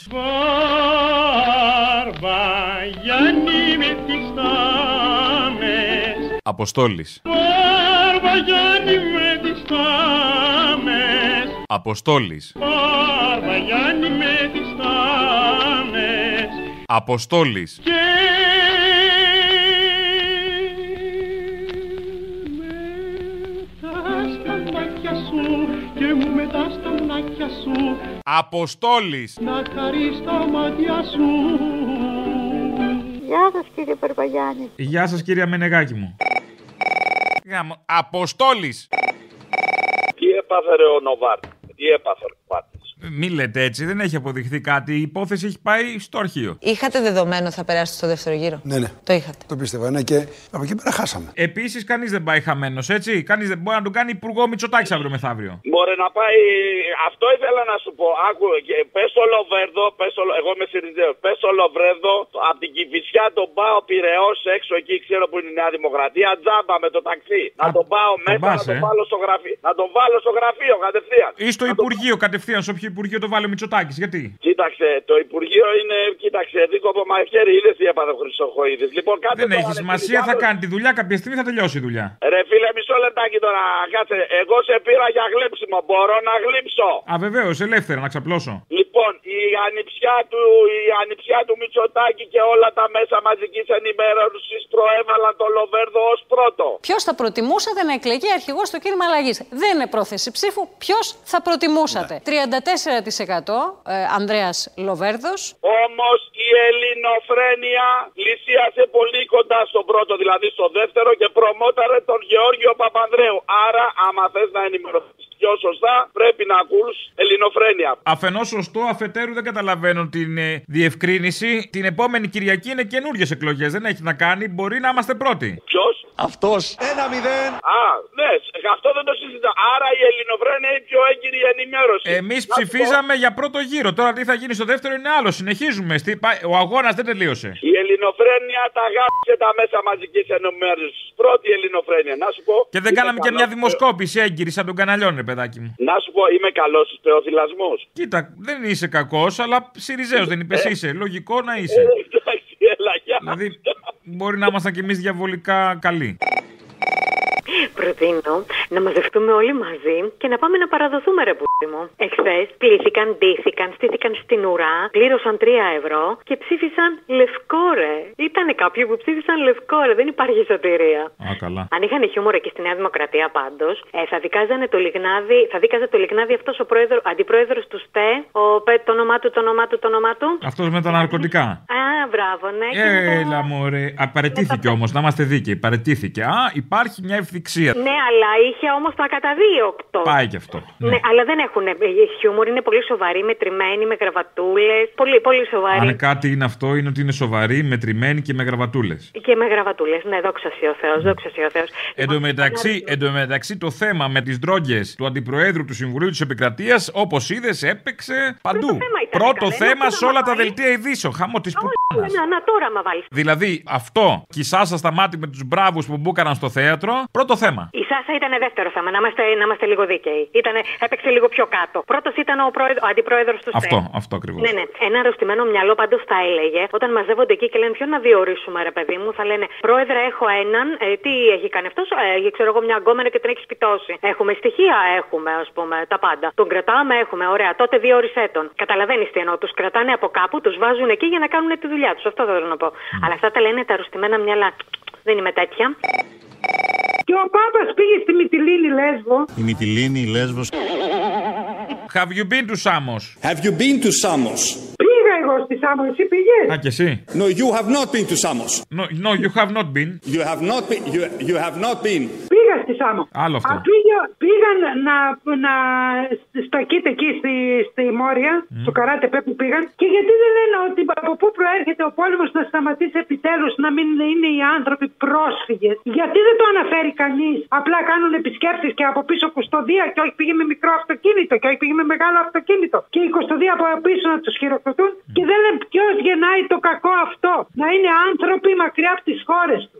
Speaker 14: Βαρβαγιάννη με τις τάμες
Speaker 3: Αποστόλη.
Speaker 14: Βαρβαγιάννη με τις τάμες
Speaker 3: Αποστόλη.
Speaker 14: Βαρβαγιάννη με τις τάμες
Speaker 3: Αποστόλη.
Speaker 14: Και μετά στα μάτια σου και μου μετά στα μάτια σου
Speaker 3: Αποστόλης.
Speaker 14: να χαρείς τα μάτια σου
Speaker 31: Γεια σας κύριε Παρπαγιάννη.
Speaker 3: Γεια σας, κυρία Μενεγάκη μου. Γάμο. Αποστόλης.
Speaker 19: Τι έπαθε ρε ο Νοβάρ. Τι έπαθε ο Νοβάρ.
Speaker 3: Μη λέτε έτσι, δεν έχει αποδειχθεί κάτι. Η υπόθεση έχει πάει στο αρχείο.
Speaker 9: Είχατε δεδομένο θα περάσετε στο δεύτερο γύρο.
Speaker 10: Ναι, ναι.
Speaker 9: Το είχατε.
Speaker 10: Το πίστευα, ναι, και από εκεί πέρα χάσαμε.
Speaker 3: Επίσης, κανείς δεν πάει χαμένος, έτσι. Κανείς δεν μπορεί να τον κάνει υπουργό Μητσοτάκης αύριο μεθαύριο.
Speaker 19: Μπορεί να πάει. Αυτό ήθελα να σου πω. Άκου, πε ο Λοβέρδο, πες ο... εγώ είμαι Σιριζέο. Πε ο Λοβέρδο, από την Κυφυσιά τον πάω πυρεό έξω εκεί, ξέρω που είναι η Νέα Δημοκρατία, τζάμπα με το ταξί. να τον πάω μέσα,
Speaker 3: πας,
Speaker 19: να, τον
Speaker 3: ε.
Speaker 19: βάλω στο γραφείο, να τον βάλω στο γραφείο κατευθείαν.
Speaker 3: Ή στο Υπουργείο κατευθείαν, σε όποιο Υπουργείο το βάλει ο Μητσοτάκης. Γιατί.
Speaker 19: Κοίταξε, το Υπουργείο είναι, κοίταξε, δίκοπο μαχαίρι, είδες τι έπαθε ο Χρυσοχοίδης. Λοιπόν, κάτι
Speaker 3: Δεν έχει σημασία, θα κάνει τη δουλειά. Κάποια στιγμή θα τελειώσει η δουλειά.
Speaker 19: Ρε φίλε, μισό λεπτάκι τώρα, κάτσε. Εγώ σε πήρα για γλύψιμο, μπορώ να γλύψω.
Speaker 3: Α, βεβαίως, ελεύθερα να ξαπλώσω.
Speaker 19: Λοιπόν, η ανιψιά του, η ανιψιά του Μητσοτάκη και όλα τα μέσα μαζικής ενημέρωσης προέβαλαν τον Λοβέρδο ως πρώτο.
Speaker 32: Ποιος θα προτιμούσατε να εκλεγεί αρχηγός στο κίνημα αλλαγής. Δεν είναι πρόθεση ψήφου. Ποιος θα προτιμούσατε. 34% ε, Ανδρέας Λοβέρδος.
Speaker 19: Όμως η ελληνοφρένεια πλησίασε πολύ κοντά στον πρώτο, δηλαδή στο δεύτερο και προμόταρε τον Γεώργιο Παπανδρέου. Άρα, άμα θες να ενημερωθείς πιο σωστά, πρέπει να ακούς ελληνοφρένεια.
Speaker 3: Αφενός σωστό, αφετέρου δεν καταλαβαίνω την ε, διευκρίνηση. Την επόμενη Κυριακή είναι καινούριε εκλογές. Δεν έχει να κάνει. Μπορεί να είμαστε πρώτοι.
Speaker 19: Ποιος?
Speaker 3: Αυτός.
Speaker 19: Ένα-μηδέν. Α, ναι, αυτό δεν το συζητά. Άρα η ελληνοφρένεια είναι η πιο έγκυρη ενημέρωση.
Speaker 3: Εμείς
Speaker 19: Να σου πω,
Speaker 3: ψηφίζαμε για πρώτο γύρο. Τώρα τι θα γίνει στο δεύτερο είναι άλλο. Συνεχίζουμε. Στη- πά- Ο αγώνας δεν τελείωσε.
Speaker 19: Η ελληνοφρένεια τα γάμισε τα μέσα μαζικής ενημέρωσης. Πρώτη ελληνοφρένεια. Να σου πω.
Speaker 3: Και δεν
Speaker 19: είμαι
Speaker 3: κάναμε και
Speaker 19: καλός
Speaker 3: μια
Speaker 19: στο-
Speaker 3: δημοσκόπηση έγκυρη σαν τον καναλιόν, ρε παιδάκι μου.
Speaker 19: Να σου πω, είμαι καλός πεοθυλασμό.
Speaker 3: Κοίτα, δεν είσαι κακός, αλλά Σιριζέος δεν είπες. Είσαι. Λογικό να είσαι. δηλαδή, μπορεί να ήμασταν κι εμείς διαβολικά καλοί.
Speaker 21: Προτείνω να μαζευτούμε όλοι μαζί και να πάμε να παραδοθούμε, ρε πούστη μου. Εχθές πλήθηκαν, ντύθηκαν, στήθηκαν στην ουρά, πλήρωσαν 3 ευρώ και ψήφισαν λευκό, ρε. Ήτανε κάποιοι που ψήφισαν λευκό, ρε. Δεν υπάρχει σωτηρία.
Speaker 3: Α, καλά.
Speaker 21: Αν είχαν χιούμορ εκεί στη Νέα Δημοκρατία πάντως, ε, θα δικάζανε το λιγνάδι, θα δίκαζε το λιγνάδι αυτός ο πρόεδρο, αντιπρόεδρος του ΣΤΕ, ο Πε, το όνομά του, το όνομά του, το όνομά του.
Speaker 3: Αυτός με τα ναρκωτικά.
Speaker 21: Α, μπράβο,
Speaker 3: Ε,
Speaker 21: ναι. και με το-
Speaker 3: Έλα μωρέ. Α, Παρετήθηκε όμως, να είμαστε δίκαιοι. Παρετήθηκε. Α, υπάρχει μια ευθυξία.
Speaker 21: Ναι, αλλά είχε όμως τα κατά δύο οκτώ.
Speaker 3: Πάει κι αυτό.
Speaker 21: Ναι. αλλά δεν έχουν χιούμορ, είναι πολύ σοβαροί, μετρημένοι, με γραβατούλες. Πολύ, πολύ σοβαροί.
Speaker 3: Αν κάτι είναι αυτό, είναι ότι είναι σοβαρή, μετρημένη και με γραβατούλες.
Speaker 21: Και με γραβατούλες. Ναι, δόξα σοι ο Θεός, δόξα σοι ο Θεός.
Speaker 3: Εν τω μεταξύ, εν τω μεταξύ, το θέμα με τις ντρόγκες του Αντιπροέδρου του Συμβουλίου της Επικρατείας, όπως είδες, έπαιξε παντού. Πρώτο θέμα σε όλα τα δελτία ειδήσεων. Χαμό τη που.
Speaker 21: Να, να τώρα μα βάλει.
Speaker 3: Δηλαδή, αυτό κυσάσα στα μάτια με τους μπράβους που μπούκαναν στο θέατρο, πρώτο θέμα.
Speaker 21: Η Σάσα ήταν δεύτερο θέμα, να είμαστε, να είμαστε λίγο δίκαιοι. Ήτανε, έπαιξε λίγο πιο κάτω. Πρώτος ήταν ο, πρόεδρο, ο αντιπρόεδρος του ΣΤΕ.
Speaker 3: Αυτό, αυτό ακριβώς.
Speaker 21: Ναι, ναι. Ένα αρρωστημένο μυαλό πάντως θα έλεγε όταν μαζεύονται εκεί και λένε ποιον να διορίσουμε, ρε παιδί μου. Θα λένε Πρόεδρε, έχω έναν. Ε, τι έχει κάνει αυτός, ε, ξέρω εγώ μια αγκόμενα και την έχει σπιτώσει. Έχουμε στοιχεία, έχουμε ας πούμε τα πάντα. Τον κρατάμε, έχουμε. Ωραία, τότε διόρισέ τον. Καταλαβαίνει τι εννοώ. Τους κρατάνε από κάπου, τους βάζουν εκεί για να κάνουν τη δουλειά τους. Αυτό θα θέλω να πω. Αλλά αυτά τα λένε τα αρρωστημένα μυαλά. Δεν είμαι τέτοια.
Speaker 25: Και ο Πάπας πήγε στη Μυτιλίνη Λέσβο.
Speaker 3: Η Μιτιλίνη, η Λέσβος. Have you been to Samos? Have you been to Samos?
Speaker 25: Πήγα εγώ στη Σάμο, εσύ πήγες.
Speaker 3: Α, και εσύ.
Speaker 1: No, you have not been to Samos.
Speaker 3: No, no, you have not been.
Speaker 1: You have not been. You, you have not been.
Speaker 25: Πήγα στη μισά μου.
Speaker 3: Άλλο αυτό.
Speaker 25: Α, πήγε- πήγαν να, να στακείται εκεί στη, στη Μόρια, στο καράτεπέ που πήγαν. Και γιατί δεν λένε ότι από πού προέρχεται ο πόλεμος να σταματήσει επιτέλους να μην είναι οι άνθρωποι πρόσφυγες. Γιατί δεν το αναφέρει κανείς. Απλά κάνουν επισκέψεις και από πίσω κουστοδία και όχι πήγε με μικρό αυτοκίνητο και όχι πήγε με μεγάλο αυτοκίνητο. Και οι κουστοδία από πίσω να τους χειροκροτούν. Και δεν λένε ποιος γεννάει το κακό αυτό. Να είναι άνθρωποι μακριά από τις χώρες τους.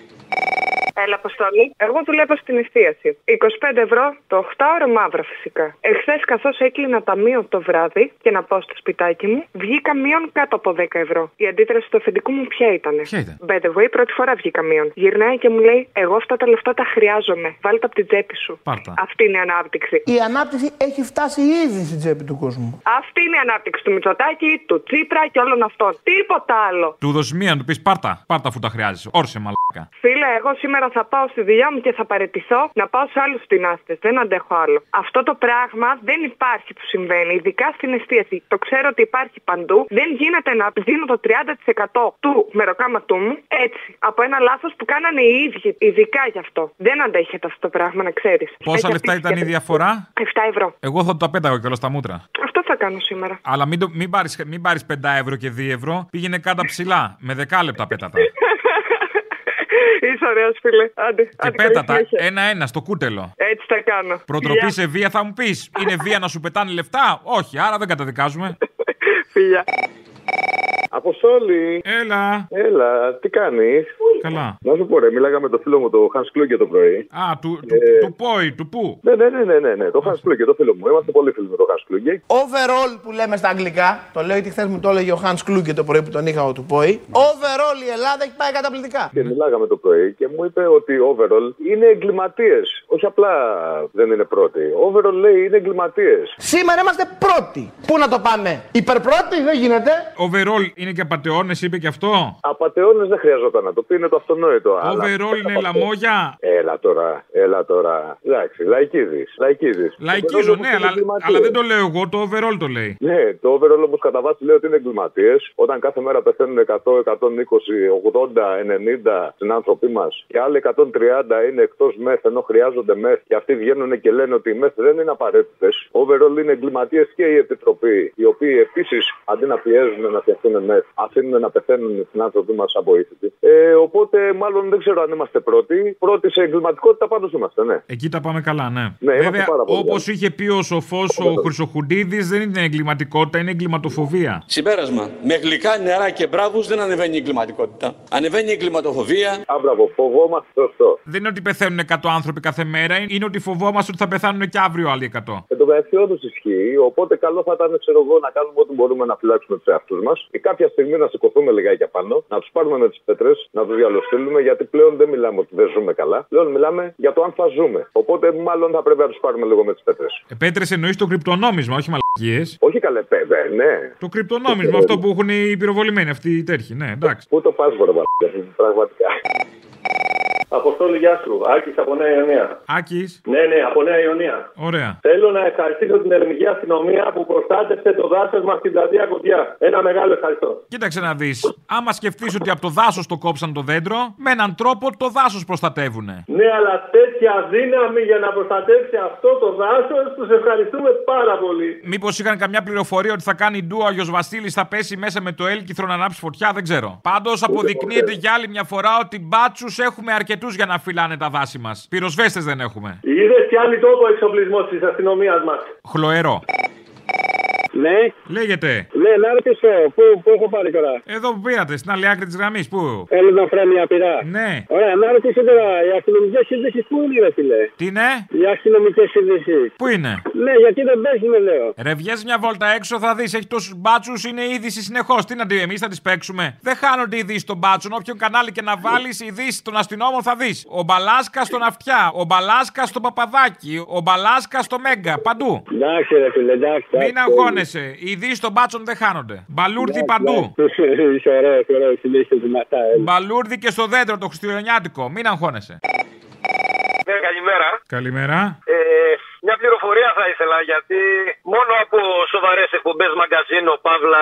Speaker 33: Έλα, Αποστολή. Εγώ δουλεύω στην εστίαση. 25 ευρώ το 8ωρο μαύρο φυσικά. Εχθές, καθώς έκλεινα ταμείο το βράδυ και να πάω στο σπιτάκι μου, βγήκα μείον κάτω από 10 ευρώ. Η αντίδραση του αφεντικού μου ποια ήταν.
Speaker 3: Ποια ήταν?
Speaker 33: By the way, πρώτη φορά βγήκα μείον. Γυρνάει και μου λέει: Εγώ αυτά τα λεφτά τα χρειάζομαι. Βάλτε τα από την τσέπη σου.
Speaker 3: Πάρτα.
Speaker 33: Αυτή είναι η ανάπτυξη.
Speaker 16: Η ανάπτυξη έχει φτάσει ήδη στην τσέπη του κόσμου.
Speaker 33: Αυτή είναι η ανάπτυξη του Μητσοτάκη, του Τσίπρα και όλων αυτών. Τίποτα άλλο.
Speaker 3: Του δώσει μία, να του πεις πάρτα. Πάρτα αφού τα χρειάζεσαι. Όρσε μαλάκα.
Speaker 33: Φίλε, εγώ σήμερα θα πάω στη δουλειά μου και θα παρετηθώ να πάω σε άλλους φτηνάστες. Δεν αντέχω άλλο. Αυτό το πράγμα δεν υπάρχει που συμβαίνει, ειδικά στην εστίαση. Το ξέρω ότι υπάρχει παντού. Δεν γίνεται να δίνω το 30% του μεροκάματού μου έτσι. Από ένα λάθος που κάνανε οι ίδιοι, ειδικά γι' αυτό. Δεν αντέχεται αυτό το πράγμα, να ξέρεις.
Speaker 3: Πόσα λεφτά ήταν η διαφορά.
Speaker 33: 7 ευρώ.
Speaker 3: Εγώ θα τα πέταγα κιόλας στα μούτρα.
Speaker 33: Αυτό θα κάνω σήμερα.
Speaker 3: Αλλά μην, το, μην, πάρεις, μην πάρεις 5 ευρώ και 2 ευρώ. Πήγαινε κάτω ψηλά. Με δεκάλεπτα πέτατα.
Speaker 33: Είσαι ωραίος, φίλε. Άντε,
Speaker 3: και
Speaker 33: άντε, καλή
Speaker 3: πέτατα
Speaker 33: συνέχεια.
Speaker 3: ένα-ένα στο κούτελο.
Speaker 33: Έτσι θα κάνω.
Speaker 3: Προτροπή
Speaker 33: Φιλιά.
Speaker 3: σε βία θα μου πεις. Είναι βία να σου πετάνε λεφτά. Όχι, άρα δεν καταδικάζουμε.
Speaker 33: Φιλιά.
Speaker 2: Αποστόλη.
Speaker 3: Έλα.
Speaker 2: Έλα, τι κάνεις.
Speaker 3: Καλά.
Speaker 2: Να σου πω, ρε, μίλαγα με το φίλο μου το Hans Kluge το πρωί.
Speaker 3: Α, του,
Speaker 2: του,
Speaker 33: Ε.
Speaker 3: του πόη, του πού.
Speaker 2: Ναι, ναι, ναι, ναι, ναι, ναι, το Hans Kluge, το φίλο μου. Είμαστε πολύ φίλοι με το Hans Kluge.
Speaker 16: Overall που λέμε στα αγγλικά, το λέω γιατί χθες μου το έλεγε ο Hans Kluge το πρωί που τον είχα ο του Πόη. Overall η Ελλάδα έχει πάει καταπληκτικά.
Speaker 3: Ναι.
Speaker 2: Και μιλάγαμε το πρωί και μου είπε ότι overall είναι εγκληματίες. Όχι απλά δεν είναι πρώτοι. Overall λέει είναι εγκληματίες.
Speaker 16: Σήμερα είμαστε πρώτοι. Πού να το πάμε, υπερπρώτοι δεν γίνεται.
Speaker 3: Overall είναι και απαταιώνες, είπε και αυτό.
Speaker 2: Απαταιώνες δεν χρειαζόταν να το πει, είναι το αυτονόητο. αλλά-
Speaker 3: Overall είναι λαμόγια.
Speaker 2: Έλα τώρα, έλα τώρα. Εντάξει, λαϊκίδη. Λαϊκίδη.
Speaker 3: Λαϊκίζω, ναι, αλλά, αλλά δεν το λέω εγώ, το overall το λέει.
Speaker 2: Ναι, το overall όμω κατά βάση λέει ότι είναι εγκληματίες. Όταν κάθε μέρα πεθαίνουν 100, 120, 80, 90 συνάνθρωποι μας και άλλοι 130 είναι εκτός μεθ ενώ χρειάζονται μεθ και αυτοί βγαίνουν και λένε ότι οι μεθ δεν είναι απαραίτητες. Overall είναι εγκληματίες και η Επιτροπή, οι οποίοι επίσης αντί να πιέζουν να φτιαχτούν μεθ, αφήνουν να πεθαίνουν οι συνάνθρωποι μας αβοήθητοι. Ε, οπότε μάλλον δεν ξέρω αν είμαστε πρώτοι. Πρώτοι σε εγκληματικότητα πάντως είμαστε, ναι.
Speaker 3: Εκεί τα πάμε καλά, ναι.
Speaker 2: Ναι, είμαστε
Speaker 3: Βέβαια,
Speaker 2: πάρα πολύ
Speaker 3: όπως
Speaker 2: καλά.
Speaker 3: είχε πει ο σοφός ο Χρυσοχουντίδης, δεν είναι εγκληματικότητα, είναι εγκληματοφοβία.
Speaker 34: Συμπέρασμα. Με γλυκά νερά και μπράβους δεν ανεβαίνει η εγκληματικότητα. Ανεβαίνει η εγκληματοφοβία.
Speaker 2: Άμπραβο, φοβόμαστε αυτό.
Speaker 3: Δεν είναι ότι πεθαίνουν 100 άνθρωποι κάθε μέρα, είναι ότι φοβόμαστε ότι θα πεθάνουν και αύριο άλλοι 100.
Speaker 2: Εν τω μεταξύ, όντω ισχύει. Οπότε, καλό θα ήταν, ξέρω εγώ, να κάνουμε ό,τι μπορούμε να φυλάξουμε τους εαυτούς μας και κάποια στιγμή να σηκωθούμε λιγάκι απάνω, να τους πάρουμε με τις πέτρες, να τους διαλωστήλουμε, γιατί πλέον δεν μιλάμε ότι δεν ζούμε καλά. Πλέον μιλάμε για το αν θα ζούμε. Οπότε, μάλλον θα πρέπει να τους πάρουμε λίγο με τις πέτρες.
Speaker 3: Ε, Πέτρες εννοείς το κρυπτονόμισμα, όχι μαλακίες.
Speaker 2: Όχι καλέ, βέβαια, ναι.
Speaker 3: Το κρυπτονόμισμα, αυτό που έχουν οι πυροβολημένοι αυτοί οι τέρχοι. Ναι, εντάξει.
Speaker 2: Πού το πας, Βορμπαλάκια, πραγματικά.
Speaker 35: Αποστόλη, γεια σου. Άκης από Νέα Ιωνία.
Speaker 3: Άκης,
Speaker 35: Ναι, ναι, από Νέα Ιωνία.
Speaker 3: ωραία.
Speaker 35: Θέλω να ευχαριστήσω την ελληνική αστυνομία που προστάτευσε το δάσος μας στην πλατεία Κοντιά. Ένα μεγάλο ευχαριστώ.
Speaker 3: Κοίταξε να δεις. Άμα σκεφτείς ότι από το δάσος το κόψαν το δέντρο, με έναν τρόπο το δάσος προστατεύουνε.
Speaker 35: Ναι, αλλά τέτοια δύναμη για να προστατεύσει αυτό το δάσος, τους ευχαριστούμε πάρα πολύ.
Speaker 3: Μήπως είχαν καμιά πληροφορία ότι θα κάνει ντου ο Άγιο Βασίλης, θα πέσει μέσα με το έλκυθρο να ανάψει φωτιά, δεν ξέρω. Πάντως αποδεικνύεται για άλλη μια φορά ότι μπάτσους έχουμε αρκετού για να φυλάνε τα δάση μας. Πυροσβέστες δεν έχουμε.
Speaker 35: Είδες τι άλλη τόπο εξοπλισμός της αστυνομίας μας.
Speaker 3: Χλωερό.
Speaker 35: Ναι,
Speaker 3: Λέγεται.
Speaker 35: ναι, να ρωτήσω, πού, πού έχω πάρει τώρα.
Speaker 3: Εδώ που πήρατε, στην άλλη άκρη της γραμμής, πού.
Speaker 35: Ελληνοφρένια πειρά.
Speaker 3: Ναι.
Speaker 35: Ωραία, να ρωτήσω τώρα, οι αστυνομικές ειδήσει πού είναι, ρε φίλε.
Speaker 3: Τι είναι,
Speaker 35: Οι αστυνομικές ειδήσει.
Speaker 3: πού είναι.
Speaker 35: Ναι, γιατί δεν παίζουν, λέω.
Speaker 3: Ρε βγες μια βόλτα έξω, θα δεις. Έχει τόσους μπάτσους, είναι είδηση συνεχώς. Τι να εμείς θα τις παίξουμε. Δεν χάνονται ειδήσεις των μπάτσων. Όποιον κανάλι και να βάλεις, ειδήσεις των αστυνόμων θα δεις. Ο Μπαλάσκα στον Αυτιά, ο Μπαλάσκα στον Παπαδάκι, ο Μπαλάσκα στο Μέγκα, παντού.
Speaker 35: Εντάξει, ρε φίλε, εντάξει.
Speaker 3: Μην αγχώνεσαι. Οι ειδήσει των μπάτσων δεν χάνονται. Μπαλούρδι παντού.
Speaker 35: Είσαι
Speaker 2: Ε,
Speaker 35: ωραίο, ωραίο, συνέχεια δυνατά.
Speaker 3: ε. Μπαλούρδι και στο δέντρο το χριστουγεννιάτικο. Μην αγχώνεσαι.
Speaker 6: Ναι, καλημέρα.
Speaker 3: Καλημέρα.
Speaker 6: Ε, Μια πληροφορία θα ήθελα γιατί μόνο από σοβαρές εκπομπές μαγκαζίνο, παύλα,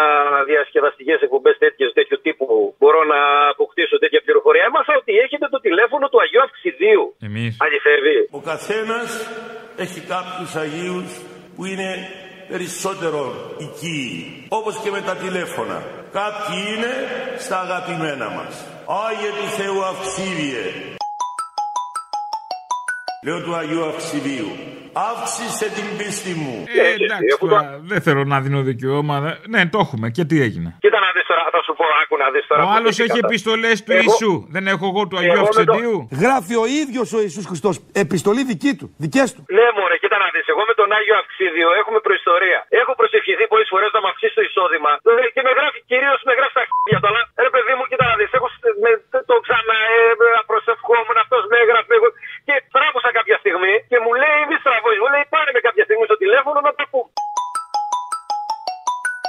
Speaker 6: διασκεδαστικές εκπομπές τέτοιου τύπου μπορώ να αποκτήσω τέτοια πληροφορία. Έμαθα ότι έχετε το τηλέφωνο του Αγίου Αυξηδίου.
Speaker 3: Εμείς.
Speaker 6: Αληθεύει.
Speaker 36: Ο καθένας έχει κάποιους Αγίους που είναι περισσότερο οικείοι. Όπως και με τα τηλέφωνα. Κάποιοι είναι στα αγαπημένα μας. Άγιε του Θεού αυξήβιε. Λέω του Αγίου Αυξηδίου. Αύξησε την πίστη μου.
Speaker 3: Ε, εντάξει, τώρα, δεν θέλω να δίνω δικαιώμα. Ναι, το έχουμε. Και τι έγινε.
Speaker 6: Κοίτα να δεις τώρα, θα σου πω, άκου να δεις τώρα.
Speaker 3: Ο
Speaker 6: που
Speaker 3: άλλο
Speaker 6: τι
Speaker 3: έχει
Speaker 6: κατά.
Speaker 3: επιστολές του
Speaker 6: Εγώ-
Speaker 3: Ιησού. Δεν έχω εγώ του Αγίου
Speaker 6: Εγώ με το-
Speaker 3: Αυξεντίου.
Speaker 37: Γράφει ο ίδιος ο Ιησούς Χριστός. Επιστολή δική του. Δικές του.
Speaker 6: Ναι, μωρέ, κοίτα να δεις. Εγώ με τον Άγιο Αυξίδιο έχουμε προϊστορία. Έχω προσευχηθεί πολλές φορές να μου αυξήσει το εισόδημα. Ε, Και με γράφει κυρίως με γράφει τα χέρια του. Αλλά ρε παιδί μου, κοίτα να δεις. Έχω σ- με, το ξανά ε, ε, προσευχόμουν. Αυτός με έγραφε. Εγώ, και τράβουσα κάποια στιγμή και μου λέει: Μη στραβώ. Μου λέει: Πάρε με κάποια στιγμή στο τηλέφωνο να τα πούμε.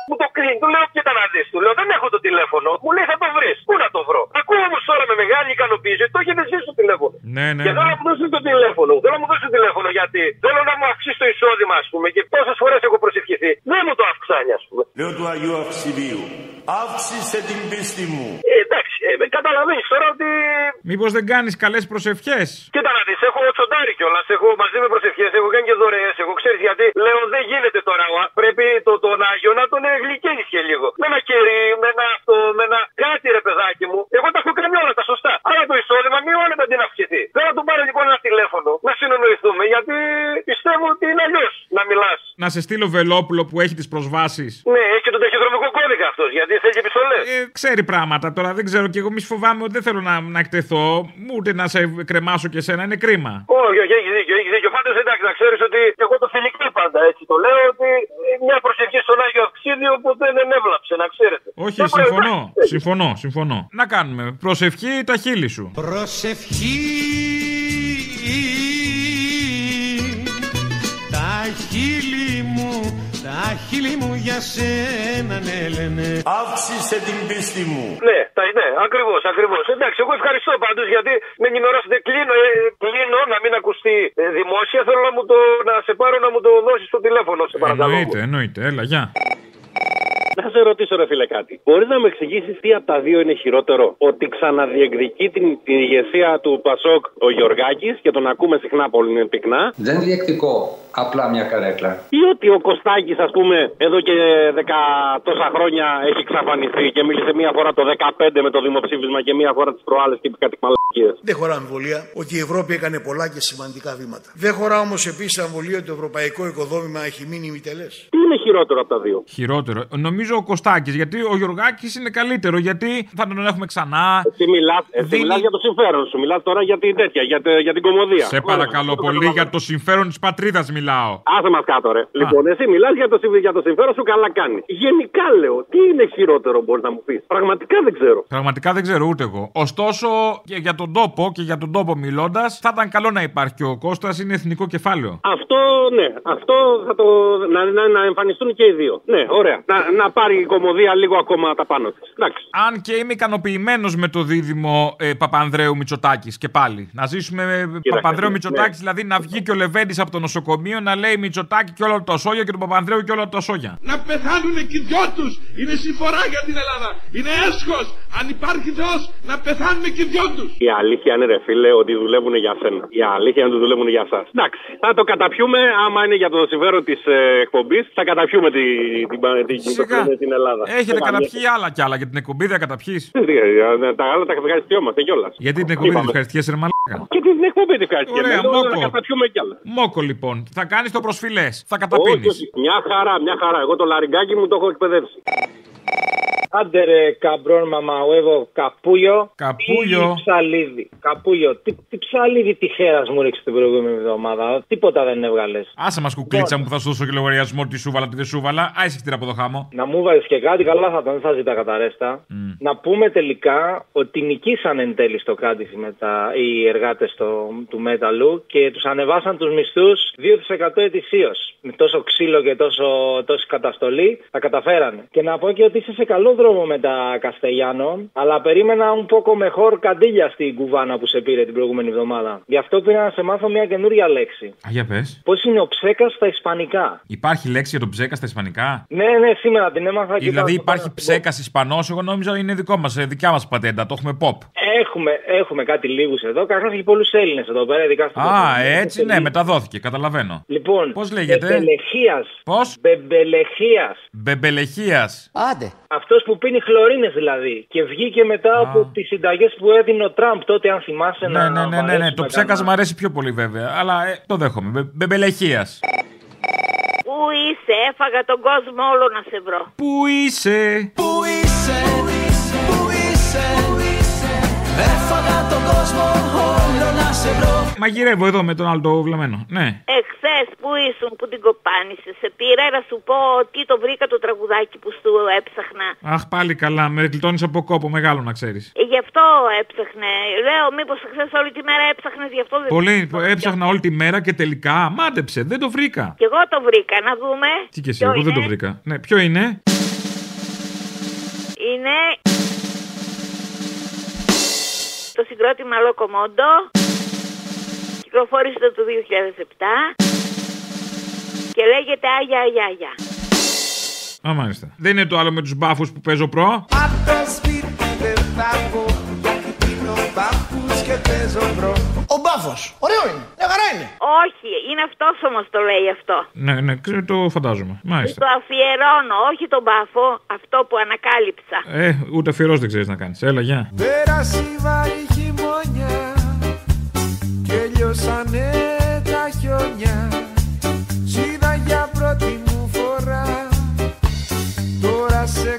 Speaker 6: Μου το κλείνει, του λέω: Κοίτα να δει. Του λέω: Δεν έχω το τηλέφωνο. Μου λέει: Θα το βρεις. Πού να το βρω. Ακούω όμως τώρα με μεγάλη ικανοποίηση. Το έχετε εσείς στο τηλέφωνο.
Speaker 3: Ναι, ναι.
Speaker 6: Και θέλω να μου δώσει το τηλέφωνο. Θέλω να μου δώσει το τηλέφωνο γιατί θέλω να μου αυξήσει το εισόδημα, ας πούμε. Και πόσες φορές έχω προσευχηθεί. Δεν μου το αυξάνει, ας πούμε.
Speaker 36: Λέω του Αγίου Αυξηδίου. Αύξησε την πίστη μου.
Speaker 6: Ε, εντάξει, ε, καταλαβαίνεις τώρα ότι.
Speaker 3: Μήπως δεν κάνεις καλές προσευχές.
Speaker 6: Κοίτα να δεις, έχω τσοντάρει κιόλας. Έχω μαζί με προσευχές, έχω κάνει και δωρεές. Εγώ ξέρεις γιατί λέω δεν γίνεται τώρα. ο α- Πρέπει το, τον Άγιο να τον εγλικαίνει και λίγο. Με ένα κερί, με ένα αυτό, με ένα κάτι ρε παιδάκι μου. Εγώ τα έχω κάνει όλα τα σωστά. Αλλά το εισόδημα μειώνεται αντί να αυξηθεί. Θέλω να του πάρω λοιπόν ένα τηλέφωνο να συνονοηθούμε γιατί πιστεύω ότι είναι αλλιώς να μιλάς.
Speaker 3: Να σε στείλω Βελόπουλο που έχει τις προσβάσεις.
Speaker 6: Ναι, έχει και τον ταχυδρομικό κώδικα αυτός, γιατί θέλει επιστολές.
Speaker 3: Ε, Ξέρει πράγματα τώρα, δεν ξέρω κι εγώ. Μη σου φοβάμαι ότι δεν θέλω να, να εκτεθώ, ούτε να σε κρεμάσω κι εσένα. Είναι κρίμα.
Speaker 6: Όχι, όχι, έχεις δίκιο, έχει δίκιο. Πάντω εντάξει, να ξέρει ότι εγώ το φιλικά πάντα έτσι το λέω ότι μια προσευχή στον Άγιο Αυξίδιο που δεν ενέβλαψε, να ξέρετε.
Speaker 3: Όχι,
Speaker 6: Δεν πρέπει-
Speaker 3: συμφωνώ. Συμφωνώ, συμφωνώ. Να κάνουμε. Προσευχή τα χείλη σου.
Speaker 8: Προσευχή Τα χείλη μου, τα χείλη μου για σένα ναι λένε
Speaker 36: Αύξησε την πίστη μου.
Speaker 6: Ναι, τα, ναι, ακριβώς, ακριβώς. Εντάξει, εγώ ευχαριστώ πάντως γιατί με ενημερώσετε. Κλείνω, ε, κλείνω να μην ακουστεί ε, δημόσια. Θέλω να, μου το, να σε πάρω να μου το δώσεις στο τηλέφωνο, σε παρακαλώ.
Speaker 3: Εννοείται, εννοείται. Έλα, γεια.
Speaker 28: Να σε ρωτήσω, ρε φίλε, κάτι. Μπορείς να με εξηγήσεις τι από τα δύο είναι χειρότερο. Ότι ξαναδιεκδικεί την, την ηγεσία του Πασόκ ο Γεωργάκη και τον ακούμε συχνά πολύ πυκνά.
Speaker 31: Δεν διεκδικώ. Απλά μια καρέκλα.
Speaker 28: Ή ότι ο Κωστάκης, ας πούμε, εδώ και δεκα τόσα χρόνια έχει εξαφανιστεί και μίλησε μία φορά το 15 με το δημοψήφισμα και μία φορά τις προάλλες και είπε κάτι μαλακίες.
Speaker 31: Δεν χωρά αμφιβολία ότι η Ευρώπη έκανε πολλά και σημαντικά βήματα. Δεν χωρά όμως επίσης αμβολία ότι το ευρωπαϊκό οικοδόμημα έχει μείνει μητελέ.
Speaker 28: Τι είναι χειρότερο από τα δύο.
Speaker 3: Χειρότερο. Νομίζω ο Κωστάκης, γιατί ο Γιωργάκης είναι καλύτερο, γιατί θα τον έχουμε ξανά.
Speaker 28: Εσύ μιλάς
Speaker 3: Δίνει-
Speaker 28: μιλάς για το συμφέρον σου, μιλάς τώρα για την τέτοια, για, τε- για την κομμωδία.
Speaker 3: Σε παρακαλώ πολύ, για το συμφέρον της πατρίδας μιλάω.
Speaker 28: Άσε μας κάτω, ρε. Λοιπόν, εσύ μιλάς για, το συμ- για το συμφέρον σου, καλά κάνεις. Γενικά λέω, τι είναι χειρότερο, μπορείς να μου πεις. Πραγματικά δεν ξέρω.
Speaker 3: Πραγματικά δεν ξέρω ούτε εγώ. Ωστόσο, και για τον τόπο και για τον τόπο μιλώντας, θα ήταν καλό να υπάρχει και ο Κώστας, είναι εθνικό κεφάλαιο.
Speaker 28: Αυτό, ναι, αυτό θα το. Να, να, να εμφανιστούν και οι δύο. Ναι, ωραία. Να, να πάρει η κομμωδία λίγο ακόμα τα πάνω της. Εντάξει.
Speaker 3: Αν και είμαι ικανοποιημένος με το δίδυμο ε, Παπανδρέου Μητσοτάκης και πάλι. Να ζήσουμε με Παπανδρέου
Speaker 28: ναι.
Speaker 3: Μητσοτάκης, δηλαδή να βγει και ο Λεβέντης από το νοσοκομείο να λέει Μητσοτάκη και όλα τα σόγια και τον Παπανδρέου και όλα τα σόγια.
Speaker 38: Να πεθάνουν και οι δυο του. Είναι συμφορά για την Ελλάδα. Είναι έσχος. Αν υπάρχει Θεός, να πεθάνουν και οι δυο του.
Speaker 28: Η αλήθεια είναι, ρε φίλε, ότι δουλεύουν για σένα. Η αλήθεια είναι ότι δουλεύουν για εσά. Εντάξει. Θα το καταπιούμε, άμα είναι για το συμφέρον της ε, εκπομπής, θα καταπιούμε την την, την, την, κοινωνία στην Ελλάδα.
Speaker 3: Έχετε
Speaker 28: Δεν καμία-
Speaker 3: καταπιεί άλλα κι άλλα για την εκπομπή, δεν καταπιείς.
Speaker 28: Τι, ε, Τα άλλα τα ευχαριστιόμαστε κιόλας.
Speaker 3: Γιατί την εκπομπή δεν
Speaker 28: Είπαμε.
Speaker 3: ευχαριστιέσαι, ρε μαλάκα.
Speaker 28: Και την εκπομπή την ευχαριστιέμαι.
Speaker 3: Ωραία,
Speaker 28: Λέω,
Speaker 3: μόκο.
Speaker 28: να καταπιούμε κι άλλα.
Speaker 3: Μόκο λοιπόν. Θα κάνεις το προσφυλές. Θα
Speaker 28: Όχι,
Speaker 3: καταπίνεις.
Speaker 28: όχι. Μια χαρά, μια χαρά. Εγώ το λαριγκάκι μου το έχω εκπαιδεύσει.
Speaker 26: Άντε ρε καμπρόν μαμαουεύω καπούλιο.
Speaker 3: Καπούλιο.
Speaker 26: Τι ψαλίδι. Καπούλιο. Τι, τι ψαλίδι τη χέρα μου ρίξε την προηγούμενη εβδομάδα. Τίποτα δεν έβγαλες.
Speaker 3: Άσε μας κουκλίτσα μου που θα σου δώσω και λογαριασμό τι σούβαλα, τι δεν σούβαλα. Άισε χτύρα από το χάμο.
Speaker 26: Να μου βάλεις και κάτι, καλά θα ήταν, δεν θα ζητά καταρέστα. Να πούμε τελικά ότι νικήσαν εν τέλει στο κράτηση με τα, οι εργάτες του Μέταλλου και τους ανεβάσαν τους μισθούς 2% ετησίως. Με τόσο ξύλο και τόσο, τόση καταστολή τα καταφέρανε. Και να πω και ότι είσαι σε καλό δρόμο με τα Καστελιάνο, αλλά περίμενα un poco mejor καντήλια στην κουβάνα που σε πήρε την προηγούμενη εβδομάδα. Γι' αυτό πήγα να σε μάθω μια καινούρια λέξη.
Speaker 3: Α, για πες.
Speaker 26: Πώς είναι ο ψέκας στα Ισπανικά.
Speaker 3: Υπάρχει λέξη για τον ψέκα στα ισπανικά.
Speaker 26: Ναι, ναι, σήμερα την έμαθα
Speaker 3: Ή,
Speaker 26: και.
Speaker 3: δηλαδή
Speaker 26: τα-
Speaker 3: υπάρχει ψέκας Ισπανός, εγώ νόμιζα είναι δικό μας, δικιά μας πατέντα, το έχουμε pop.
Speaker 26: Έχουμε, έχουμε κάτι λίγους εδώ. Καταρχά έχει πολλούς Έλληνες εδώ πέρα, ειδικά στο
Speaker 3: Α, έτσι, ναι, μεταδόθηκε, καταλαβαίνω.
Speaker 26: Λοιπόν,
Speaker 3: Πώς λέγεται,
Speaker 26: Μπεμπελεχίας.
Speaker 3: Πώς?
Speaker 26: Μπεμπελεχίας.
Speaker 3: Μπεμπελεχίας.
Speaker 26: Άντε. Αυτός που πίνει χλωρίνες δηλαδή. Και βγήκε μετά από τις συνταγές που έδινε ο Τραμπ τότε, αν θυμάσαι να.
Speaker 3: Ναι, ναι, ναι, ναι, ναι.
Speaker 26: βαρέσουμε
Speaker 3: Το ψέκα
Speaker 26: κανένα.
Speaker 3: μου αρέσει πιο πολύ βέβαια, αλλά ε, το δέχομαι. Μπε- Μπεμπελεχία.
Speaker 9: Πού είσαι, έφαγα τον κόσμο όλο να σε βρω.
Speaker 3: Πού είσαι,
Speaker 9: Πού είσαι, πού είσαι,
Speaker 5: Έφαγα τον κόσμο όλο να σε βρω.
Speaker 3: Μαγειρεύω εδώ με τον άλλο το βλαμμένο. Ναι.
Speaker 9: Εχθέ που ήσουν, που την κοπάνισε, σε πήρα να σου πω ότι το βρήκα το τραγουδάκι που σου έψαχνα.
Speaker 3: Αχ, πάλι καλά, με γλιτώνεις από κόπο μεγάλο να ξέρεις.
Speaker 9: Ε, Γι' αυτό έψαχνε. Λέω, μήπως χθες όλη τη μέρα έψαχνες, γι' αυτό δεν.
Speaker 3: Πολύ έψαχνα όλη τη μέρα και τελικά μάντεψε, δεν το βρήκα.
Speaker 9: Κι εγώ το βρήκα, να δούμε.
Speaker 3: Τι και εσύ,
Speaker 9: Ποιο
Speaker 3: εγώ δεν το
Speaker 9: είναι?
Speaker 3: βρήκα. Ναι, ποιο είναι.
Speaker 9: Είναι. Το συγκρότημα Λοκομόντο. Κυκλοφόρησε το 2007. Και λέγεται Άγια Άγια Άγια.
Speaker 3: Α, μάλιστα. Δεν είναι το άλλο με τους μπάφους που παίζω προ.
Speaker 5: Απ' το σπίτι δεν θα βγω, γιατί πίνω μπάφους και παίζω μπρο.
Speaker 9: Ο μπάφος. Ωραίο είναι. Μια χαρά είναι. Όχι, είναι αυτό όμω το λέει αυτό.
Speaker 3: Ναι, ναι, ξέρω, το φαντάζομαι. Μάλιστα.
Speaker 9: Το αφιερώνω, όχι τον μπάφο, αυτό που ανακάλυψα.
Speaker 3: Ε, ούτε αφιερός δεν ξέρεις να κάνεις. Έλα, γεια.
Speaker 5: Πέρασε η βαρύ χειμώνια και λιώσανε τα χιόνια. Σ' είδα για πρώτη μου φορά, τώρα σε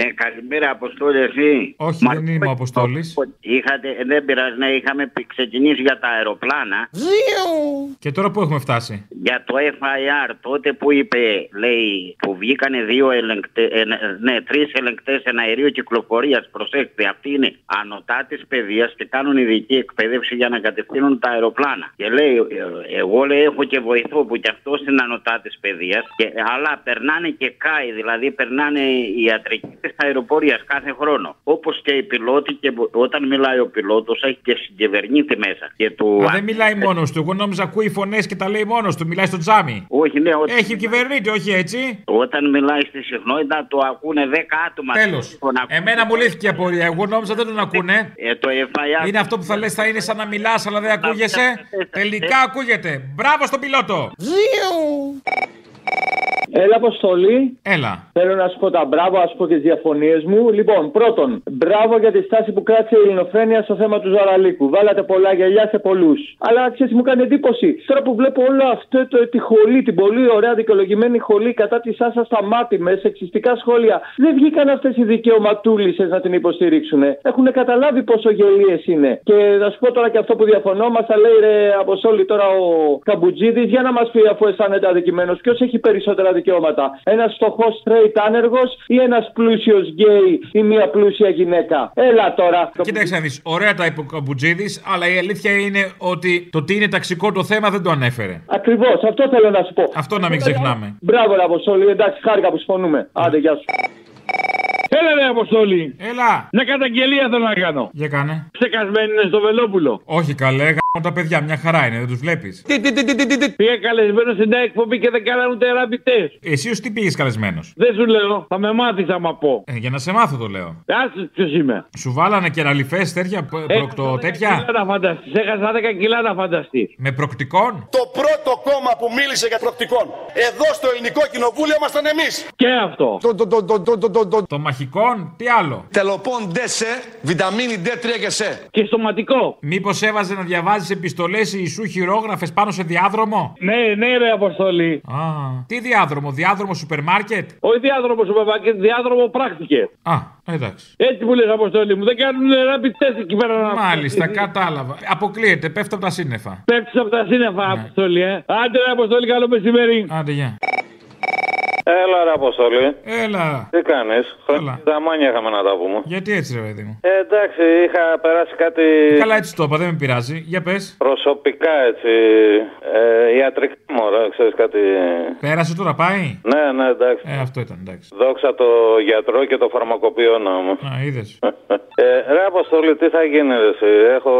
Speaker 12: Ναι, καλημέρα, Αποστόλη, εσύ.
Speaker 3: Όχι, δεν είμαι ο Αποστόλη.
Speaker 12: Είχατε, δεν πειράζει, ναι, είχαμε πι- ξεκινήσει για τα αεροπλάνα.
Speaker 3: Και τώρα πού έχουμε φτάσει.
Speaker 12: Για το FIR, τότε που είπε, λέει, που βγήκανε δύο ελεγκτέ, ε, ναι, τρεις ελεγκτές εναερίου κυκλοφορίας. Προσέξτε, αυτοί είναι ανωτά της παιδείας και κάνουν ειδική εκπαίδευση για να κατευθύνουν τα αεροπλάνα. Και λέει, ε, εγώ λέει, έχω και βοηθό που κι αυτός είναι ανωτά της παιδείας, αλλά περνάνε και κάοι, δηλαδή περνάνε οι ιατρικοί τη αεροπορίας κάθε χρόνο. Όπως και οι πιλότοι, και μπο- όταν μιλάει ο πιλότος, έχει και συγκυβερνήτη μέσα. Και του
Speaker 3: Α, δεν μιλάει μόνος του. Εγώ νόμιζα ακούει φωνές και τα λέει μόνος του. Μιλάει στο τζάμι.
Speaker 12: Όχι, ναι, ότι-
Speaker 3: Έχει κυβερνήτη, όχι έτσι.
Speaker 12: Όταν μιλάει στη συχνότητα, το ακούνε 10 άτομα.
Speaker 3: Τέλος.
Speaker 12: Τον ακού-
Speaker 3: Εμένα μου λύθηκε η απορία. Εγώ νόμιζα δεν τον ακούνε.
Speaker 12: Ε, το FIR.
Speaker 3: Είναι αυτό που θα λες θα είναι σαν να μιλάς αλλά δεν
Speaker 12: ε,
Speaker 3: ακούγεσαι. Τελικά ακούγεται. Μπράβο στον πιλότο.
Speaker 8: Έλα, Αποστολή.
Speaker 3: Έλα.
Speaker 8: Θέλω να σου πω τα μπράβο, ας πω και τις διαφωνίες μου. Λοιπόν, πρώτον, μπράβο για τη στάση που κράτησε η Ελληνοφρένεια στο θέμα του Ζαραλίκου. Βάλατε πολλά γυαλιά σε πολλούς. Αλλά ξέρεις, μου κάνει εντύπωση. Τώρα που βλέπω όλο αυτό το, τη χολή, την πολύ ωραία δικαιολογημένη χολή κατά της Σάσα στα μάτι με σεξιστικά σχόλια, δεν βγήκαν αυτές οι δικαιωματούλησες να την υποστηρίξουν. Έχουν καταλάβει πόσο γελίες είναι. Και να σου πω τώρα και αυτό που διαφωνώ, μας τα λέει ρε Αποστόλη τώρα ο Καμπουτζίδης, για να μας πει αφού αισθάνεται αδικημένος, ποιος έχει περισσότερα δικαιώματα. Ένας φτωχός straight άνεργο ή ένας πλούσιος γκέι ή μια πλούσια γυναίκα. Έλα τώρα.
Speaker 3: Κοίταξε να δεις, ωραία τα είπε ο Καμπουτζίδης, αλλά η αλήθεια είναι ότι το τι είναι ταξικό το θέμα δεν το ανέφερε.
Speaker 8: Ακριβώς, αυτό θέλω να σου πω.
Speaker 3: Αυτό να μην ξεχνάμε.
Speaker 8: Μπράβο, ρε Αποστόλη, εντάξει, χάρηκα που συμφωνούμε. Άντε, γεια σου.
Speaker 39: Έλα ρε Αποστόλη.
Speaker 3: Έλα.
Speaker 39: Μια καταγγελία θέλω να κάνω.
Speaker 3: Για κάνε.
Speaker 39: Ψεκασμένοι είναι στο Βελόπουλο.
Speaker 3: Όχι καλέ, γάμο τα παιδιά, μια χαρά είναι, δεν τους βλέπεις.
Speaker 39: Τι, τι, τι, τι, τι, τι, τι. Πήγα καλεσμένος σε μια εκπομπή και δεν κάνανε ούτε ένα τεστ.
Speaker 3: Εσύ ως τι πήγες καλεσμένος.
Speaker 39: Δεν σου λέω, θα με μάθεις άμα πω.
Speaker 3: Ε, για να σε μάθω το λέω.
Speaker 39: Άσε ποιος είμαι.
Speaker 3: Σου βάλανε κεραλιφές τέτοια, π- προκτο, τέτοια.
Speaker 39: Κιλά να φανταστείς, έχασα 10 κιλά να φανταστείς.
Speaker 3: Με προκτικών.
Speaker 40: Το πρώτο κόμμα που μίλησε για προοπτικών εδώ στο ελληνικό κοινοβούλιο ήμασταν εμείς.
Speaker 39: Και αυτό.
Speaker 40: Το, το, το, το, το, το, το,
Speaker 3: το μαχικών, τι άλλο.
Speaker 40: Τελοπών σε, βιταμίνη D3 και σε.
Speaker 39: Και σωματικό.
Speaker 3: Μήπως έβαζε να διαβάζει επιστολέ Ιησού χειρόγραφες πάνω σε διάδρομο.
Speaker 39: Ναι, ναι, ρε Αποστολή.
Speaker 3: Α, τι διάδρομο, διάδρομο σούπερ μάρκετ.
Speaker 39: Όχι διάδρομο σούπερ μάρκετ, διάδρομο πράκτηκε.
Speaker 3: Α, Ε, Εντάξει.
Speaker 41: Έτσι μου λέει Αποστόλη μου. Δεν κάνουν rapid test εκεί πέρα να
Speaker 3: Μάλιστα, κατάλαβα. Αποκλείεται, πέφτει από τα σύννεφα.
Speaker 41: Πέφτεις από τα σύννεφα, Αποστόλη, ε. Άντε, ρε, Αποστόλη, καλό μεσημέρι.
Speaker 3: Ναι. Άντε, γεια.
Speaker 14: Έλα, ρε Αποστολή.
Speaker 3: Έλα.
Speaker 14: Τι κάνεις. Τα μάνια είχαμε να τα πούμε.
Speaker 3: Γιατί έτσι, ρε παιδί μου.
Speaker 14: Ε, εντάξει, είχα περάσει κάτι.
Speaker 3: Καλά, έτσι το είπα, δεν με πειράζει. Για πες.
Speaker 14: Προσωπικά έτσι. Ε, ιατρικά μου, ρε, ξέρεις κάτι.
Speaker 3: Πέρασε τώρα, πάει.
Speaker 14: Ναι, ναι, εντάξει.
Speaker 3: Ε, αυτό ήταν, Ναι. εντάξει.
Speaker 14: Δόξα το γιατρό και το φαρμακοποιό να μου.
Speaker 3: Α, είδες.
Speaker 14: Ε, ρε Αποστολή, τι θα γίνει, ρε, εσύ. Έχω,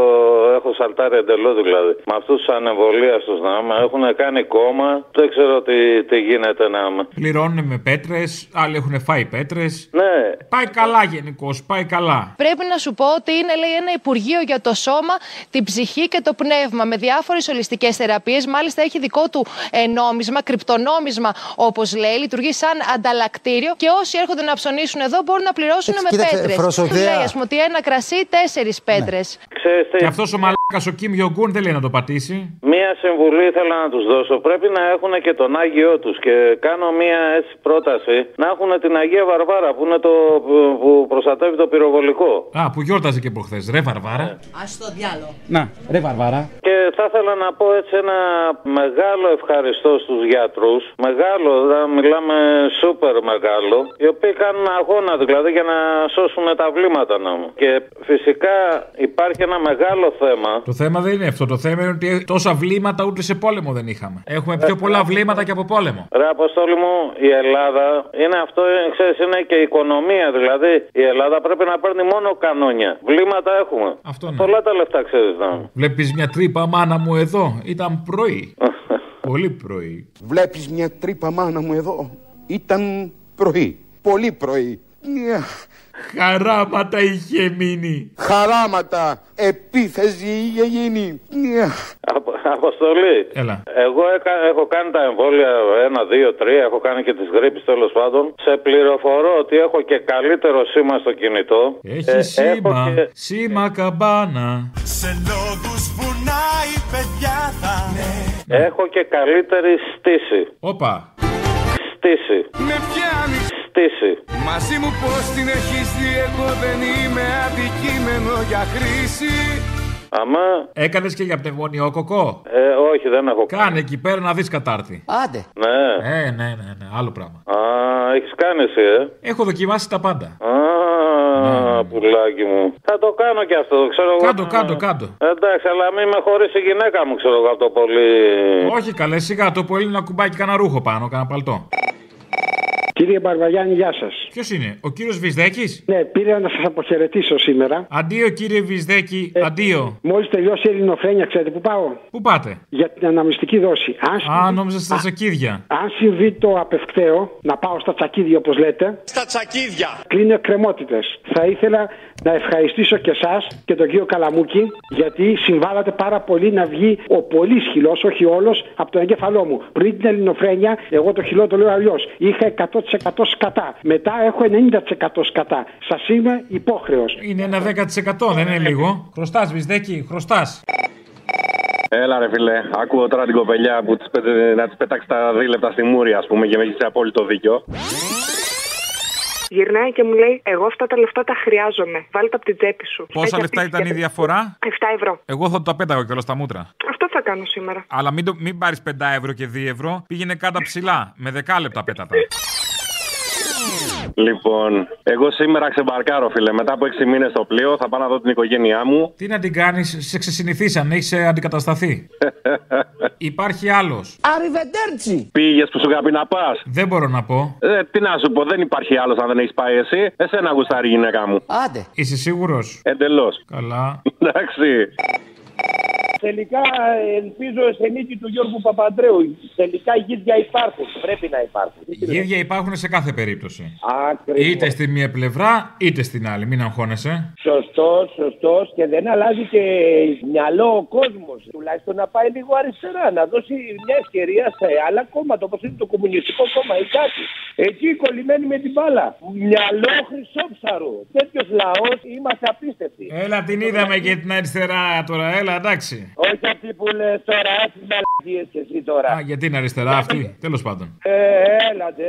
Speaker 14: έχω σαλτάρει εντελώς δηλαδή. Με αυτούς τους ανεβολίαστου να είμαι, έχουν κάνει κόμμα. Δεν ξέρω τι, τι γίνεται να είμαι.
Speaker 3: Πληρώνουν με πέτρες, άλλοι έχουν φάει πέτρες.
Speaker 14: Ναι.
Speaker 3: Πάει καλά γενικώς, πάει καλά.
Speaker 42: Πρέπει να σου πω ότι είναι λέει, ένα Υπουργείο για το σώμα, την ψυχή και το πνεύμα με διάφορες ολιστικές θεραπείες. Μάλιστα έχει δικό του ε, νόμισμα, κρυπτονόμισμα όπως λέει. Λειτουργεί σαν ανταλλακτήριο και όσοι έρχονται να ψωνίσουν εδώ μπορούν να πληρώσουν
Speaker 43: Εντάξει,
Speaker 42: με
Speaker 43: κοίταξε,
Speaker 42: πέτρες.
Speaker 43: φροσοδέα. Ναι.
Speaker 42: Λέει ας πούμε ότι ένα κρασί, τέσσερις πέτρε.
Speaker 3: Και αυτός ο μαλάκας ο Κιμ Ιογκούν δεν λέει να το πατήσει.
Speaker 14: Μία συμβουλή ήθελα να τους δώσω. Πρέπει να έχουν και τον Άγιο τους. Και κάνω μία έτσι πρόταση να έχουν την Αγία Βαρβάρα που, είναι το, που προστατεύει το πυροβολικό.
Speaker 3: Α, που γιόρταζε και προχθές. Ρε Βαρβάρα.
Speaker 44: Ας το διάλογο.
Speaker 3: Να, ρε Βαρβάρα.
Speaker 14: Και θα ήθελα να πω έτσι ένα μεγάλο ευχαριστώ στους γιατρούς. Μεγάλο, θα μιλάμε σούπερ μεγάλο. Οι οποίοι κάνουν αγώνα δηλαδή για να σώσουν τα βλήματα να μου. Και φυσικά υπάρχει ένα μεγάλο θέμα.
Speaker 3: Το θέμα δεν είναι αυτό. Το θέμα είναι ότι τόσα βλήματα ούτε σε πόλεμο δεν είχαμε. Έχουμε πιο
Speaker 14: Ε,
Speaker 3: πολλά βλήματα και από πόλεμο.
Speaker 14: Ρε Αποστόλη μου, η Ελλάδα είναι αυτό, ε, ξέρεις, είναι και η οικονομία. Δηλαδή, η Ελλάδα πρέπει να παίρνει μόνο κανόνια. Βλήματα έχουμε.
Speaker 3: Αυτό ναι.
Speaker 14: Πολλά τα λεφτά, ξέρεις, να μου.
Speaker 3: Βλέπεις μια τρύπα, μάνα μου, εδώ. Ήταν πρωί. Πολύ πρωί.
Speaker 43: Βλέπεις μια τρύπα μάνα μου εδώ. Ήταν πρωί. Πολύ πρωί. Μια
Speaker 3: Χαράματα είχε μείνει.
Speaker 43: Χαράματα. Επίθεση είχε γίνει. Μια
Speaker 14: Απο- Αποστολή.
Speaker 3: Έλα.
Speaker 14: Εγώ έκα- έχω κάνει τα εμβόλια 1, 2, 3, έχω κάνει και τις γρήπες τέλος πάντων. Σε πληροφορώ ότι έχω και καλύτερο σήμα στο κινητό.
Speaker 43: Ε,
Speaker 14: Ε,
Speaker 3: Έχει σήμα. Σήμα καμπάνα.
Speaker 44: Σε λόγους βουνάει παιδιά θα
Speaker 14: Έχω και καλύτερη στήση.
Speaker 3: Ναι. Όπα.
Speaker 14: Στήση.
Speaker 5: Με πιάνει
Speaker 14: Στήση.
Speaker 5: Μαζί μου πως την έχεις δει Εγώ δεν είμαι αντικείμενο για χρήση
Speaker 14: Αμά.
Speaker 3: Έκανες και για πνευμονιό κοκό.
Speaker 14: Ε, όχι, δεν έχω
Speaker 3: Κάνε εκεί πέρα να δεις κατάρτι.
Speaker 43: Άντε.
Speaker 14: Ναι.
Speaker 3: Ε, ναι, ναι, ναι, άλλο πράγμα.
Speaker 14: Α, έχεις κάνει εσύ, ε.
Speaker 3: Έχω δοκιμάσει τα πάντα.
Speaker 14: Α, πουλάκι μου. Θα το κάνω και αυτό, ξέρω εγώ.
Speaker 3: Ναι, Κάντο, κάντο, κάντο.
Speaker 14: Εντάξει, αλλά μην με χωρίσει η γυναίκα μου, ξέρω εγώ από το πολύ.
Speaker 43: Ε.
Speaker 3: Όχι καλέ, σιγά το πολύ να κουμπάκι κανένα ρούχο πάνω, κανένα παλτό.
Speaker 31: Κύριε Μπαρβαγιάννη, γεια σας.
Speaker 3: Ποιος είναι, ο κύριος Βυσδέκης.
Speaker 31: Ναι, πήρα να σας αποχαιρετήσω σήμερα.
Speaker 3: Αντίο, κύριε Βυσδέκη,
Speaker 43: Ε,
Speaker 3: αντίο.
Speaker 31: Μόλις τελειώσει η Ελληνοφρένια, ξέρετε πού πάω.
Speaker 3: Πού πάτε.
Speaker 31: Για την αναμνηστική δόση. Αν,
Speaker 3: Α,
Speaker 31: συμβεί-
Speaker 43: ε,
Speaker 3: νόμιζα στα τσακίδια.
Speaker 31: αν συμβεί το απευκταίο, να πάω στα τσακίδια όπως λέτε,
Speaker 45: Στα τσακίδια.
Speaker 31: κλείνω εκκρεμότητες. Θα ήθελα να ευχαριστήσω και εσάς και τον κύριο Καλαμούκη, γιατί συμβάλλατε πάρα πολύ να βγει ο πολύ χυλός, όχι όλος, από τον εγκέφαλό μου. Πριν την Ελληνοφρένια, εγώ το χυλό το λέω αλλιώς. Είχα 100% σκατά. Μετά έχω 90% σκατά. Σας είμαι υπόχρεος.
Speaker 3: Είναι ένα 10% δεν είναι λίγο. Χρωστάς, Βυσδέκη, χρωστάς.
Speaker 8: Έλα ρε φίλε, ακούω τώρα την κοπελιά που της πέτα- να της πέταξε τα δίλεπτα στη μούρη ας πούμε και με έχεις σε απόλυτο δίκιο.
Speaker 33: Γυρνάει και μου λέει: Εγώ αυτά τα λεφτά τα χρειάζομαι. Βάλτε από την τσέπη σου. Ε,
Speaker 3: Πόσα
Speaker 33: Έχει
Speaker 3: λεφτά
Speaker 33: αυτή
Speaker 3: ήταν η διαφορά.
Speaker 33: 7 ευρώ.
Speaker 3: Εγώ θα τα πέταγα κιόλα στα μούτρα.
Speaker 33: Αυτό θα κάνω σήμερα.
Speaker 3: Αλλά μην, το, μην πάρεις 5 ευρώ και 2 ευρώ. Πήγαινε κάτω ψηλά. Με δεκάλεπτα πέτατα.
Speaker 8: Λοιπόν, εγώ σήμερα ξεμπαρκάρω φίλε, μετά από 6 μήνες στο πλοίο θα πάω να δω την οικογένειά μου.
Speaker 3: Τι να την κάνεις, σε ξεσυνηθίσαν, έχεις ε, αντικατασταθεί. Υπάρχει άλλος.
Speaker 8: Αριβεντέρτσι! Πήγες που σου είχα πει να πας.
Speaker 3: Δεν μπορώ να πω.
Speaker 8: Ε, τι να σου πω, δεν υπάρχει άλλος αν δεν έχεις πάει εσύ. Εσένα γουστάρει η γυναίκα μου.
Speaker 3: Άντε. Είσαι σίγουρος.
Speaker 8: Εντελώς.
Speaker 3: Καλά.
Speaker 8: Εντάξει. Τελικά ελπίζω σε νίκη του Γιώργου Παπαντρέου. Τελικά γίδια υπάρχουν. Πρέπει να υπάρχουν.
Speaker 3: Γύρια υπάρχουν σε κάθε περίπτωση.
Speaker 8: Ακριβώς.
Speaker 3: Είτε στη μία πλευρά, είτε στην άλλη. Μην αγχώνεσαι.
Speaker 8: Σωστός, σωστός και δεν αλλάζει και μυαλό ο κόσμος. Τουλάχιστον να πάει λίγο αριστερά, να δώσει μια ευκαιρία σε άλλα κόμματα όπως είναι το Κομμουνιστικό Κόμμα ή κάτι. Εκεί κολλημένοι με την μπάλα. Μυαλό χρυσόψαρου. Τέτοιος λαός είμαστε
Speaker 3: Ε.
Speaker 8: απίστευτοι.
Speaker 3: Έλα, την είδαμε και την αριστερά τώρα. Έλα, εντάξει.
Speaker 8: Όχι αυτοί που λες τώρα, έτσι απευθείας εσύ τώρα. Ναι.
Speaker 3: Α, γιατί είναι αριστερά αυτή. Τέλος πάντων.
Speaker 8: Ε, έλατε.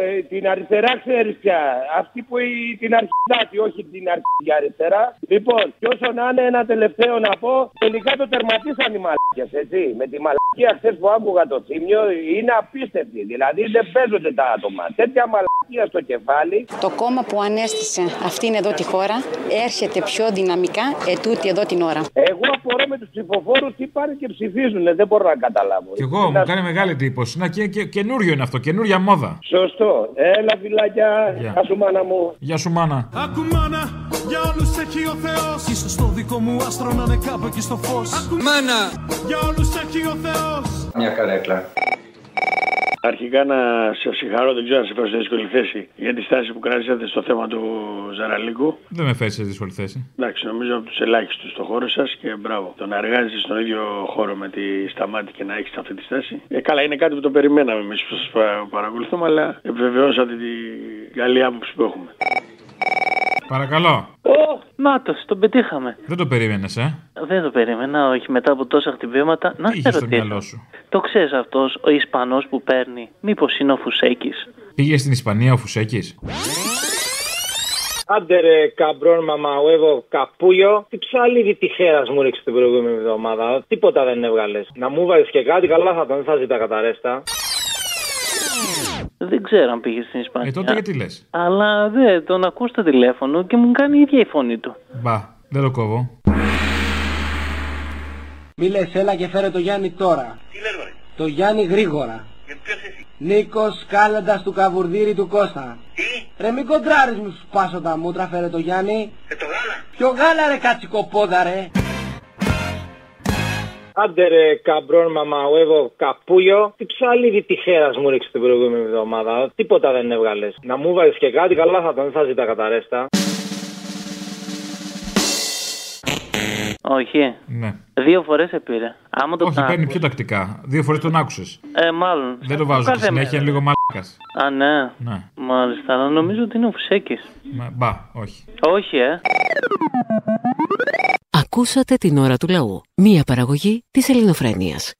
Speaker 8: Ε, την αριστερά ξέρεις πια. Αυτή που η- την αρχιδάτη, όχι την αρχιδιά αριστερά. Λοιπόν, και όσο να είναι ένα τελευταίο να πω, τελικά το τερματίσαν οι μαλακές, έτσι. Με τη μαλακία χθες που άκουγα το θύμιο είναι απίστευτη. Δηλαδή δεν παίζονται τα άτομα. Τέτοια μαλακία στο κεφάλι.
Speaker 46: Το κόμμα που ανέστησε αυτήν εδώ τη χώρα έρχεται πιο δυναμικά ετούτη εδώ την ώρα.
Speaker 8: Εγώ απορώ με τους ψηφοφόρου τι πάνε και ψηφίζουν. Δεν μπορώ να καταλάβω.
Speaker 3: Κι εγώ μου κάνει μεγάλη εντύπωση. Να και, και καινούριο είναι αυτό, καινούρια μόδα.
Speaker 8: Σωστό. Έλα, φιλάκια.
Speaker 3: Γεια.
Speaker 8: Γεια σου, μάνα μου.
Speaker 3: Γεια σου, μάνα.
Speaker 5: Ακού μάνα, για όλους έχει ο Θεός Ίσως το δικό μου άστρο να είναι κάπου εκεί στο φως Ακού μάνα, για όλους έχει ο Θεός
Speaker 28: Μια καρέκλα.
Speaker 47: Αρχικά να σε συγχαρώ, δεν ξέρω να σε φέρω σε δύσκολη θέση για τη στάση που κρατήσατε στο θέμα του Ζαραλίκου.
Speaker 3: Δεν με φέρεις σε δύσκολη θέση.
Speaker 47: Εντάξει, νομίζω από τους ελάχιστους στο χώρο σας και μπράβο. Το να εργάζεσαι στον ίδιο χώρο με τη σταμάτη και να έχεις αυτή τη στάση. Ε, καλά, είναι κάτι που το περιμέναμε εμείς που σας παρακολουθούμε, αλλά επιβεβαιώσατε την καλή άποψη που έχουμε.
Speaker 3: Παρακαλώ.
Speaker 35: Ω, Νάτο, τον πετύχαμε.
Speaker 3: Δεν το περίμενες, ε.
Speaker 35: Δεν το περίμενα, όχι μετά από τόσα χτυπήματα. Να σε
Speaker 3: Είχε στο
Speaker 35: ρωτήσω.
Speaker 3: μυαλό σου.
Speaker 35: Το ξέρεις αυτός ο Ισπανός που παίρνει, μήπως είναι ο Φουσέκης.
Speaker 3: Πήγε στην Ισπανία ο Φουσέκης.
Speaker 26: Άντε ρε καμπρόν μαμαουέβο καπούλιο. Τι ψαλίδι τη χέρα μου ρίξε την προηγούμενη εβδομάδα. Τίποτα δεν έβγαλες. Να μου βάζει και κάτι, καλά θα ήταν, δεν θα ζητά καταρέστα.
Speaker 35: Δεν ξέρω αν πήγε στην Ισπανία.
Speaker 3: Ε, τότε γιατί λες.
Speaker 35: Αλλά δε, τον ακούω στο τηλέφωνο και μου κάνει η ίδια η φωνή του.
Speaker 3: Μπα, δεν το κόβω.
Speaker 4: Μη λες, έλα και φέρε το Γιάννη τώρα. Τι Το Γιάννη γρήγορα. Νίκος Κάλαντας του Καβουρδίρη του Κώστα. Τι? Ρε μην κοντράρεις μου σου πάσω τα μούτρα, φέρε το Γιάννη. Ε, το γάλα. Ποιο γάλα ρε κατσικοπόδα ρε.
Speaker 26: Άντε ρε καμπρόν μαμαουέβο καπούλιο. Τι ψαλίδι τη χέρα μου ρίξε την προηγούμενη εβδομάδα. Τίποτα δεν έβγαλες. Να μου βάζει και κάτι, καλά θα ήταν, δεν θα ζητά καταρέστα.
Speaker 35: Όχι.
Speaker 3: Ναι.
Speaker 35: Δύο φορές σε πήρε. Άμα το
Speaker 3: Όχι,
Speaker 35: ξανακούω-
Speaker 3: παίρνει πιο τακτικά. Δύο φορές τον άκουσες.
Speaker 35: Ε, μάλλον.
Speaker 3: Δεν το βάζω στη
Speaker 35: Κάθε
Speaker 3: συνέχεια, είναι
Speaker 35: μέρα.
Speaker 3: λίγο μαλάκας.
Speaker 35: Α, ναι.
Speaker 3: Ναι.
Speaker 35: Μάλιστα, αλλά νομίζω ότι είναι ο Φουσέκης.
Speaker 3: Μπα, όχι.
Speaker 35: Όχι, ε.
Speaker 1: Ακούσατε την ώρα του λαού. Μία παραγωγή της ελληνοφρένειας.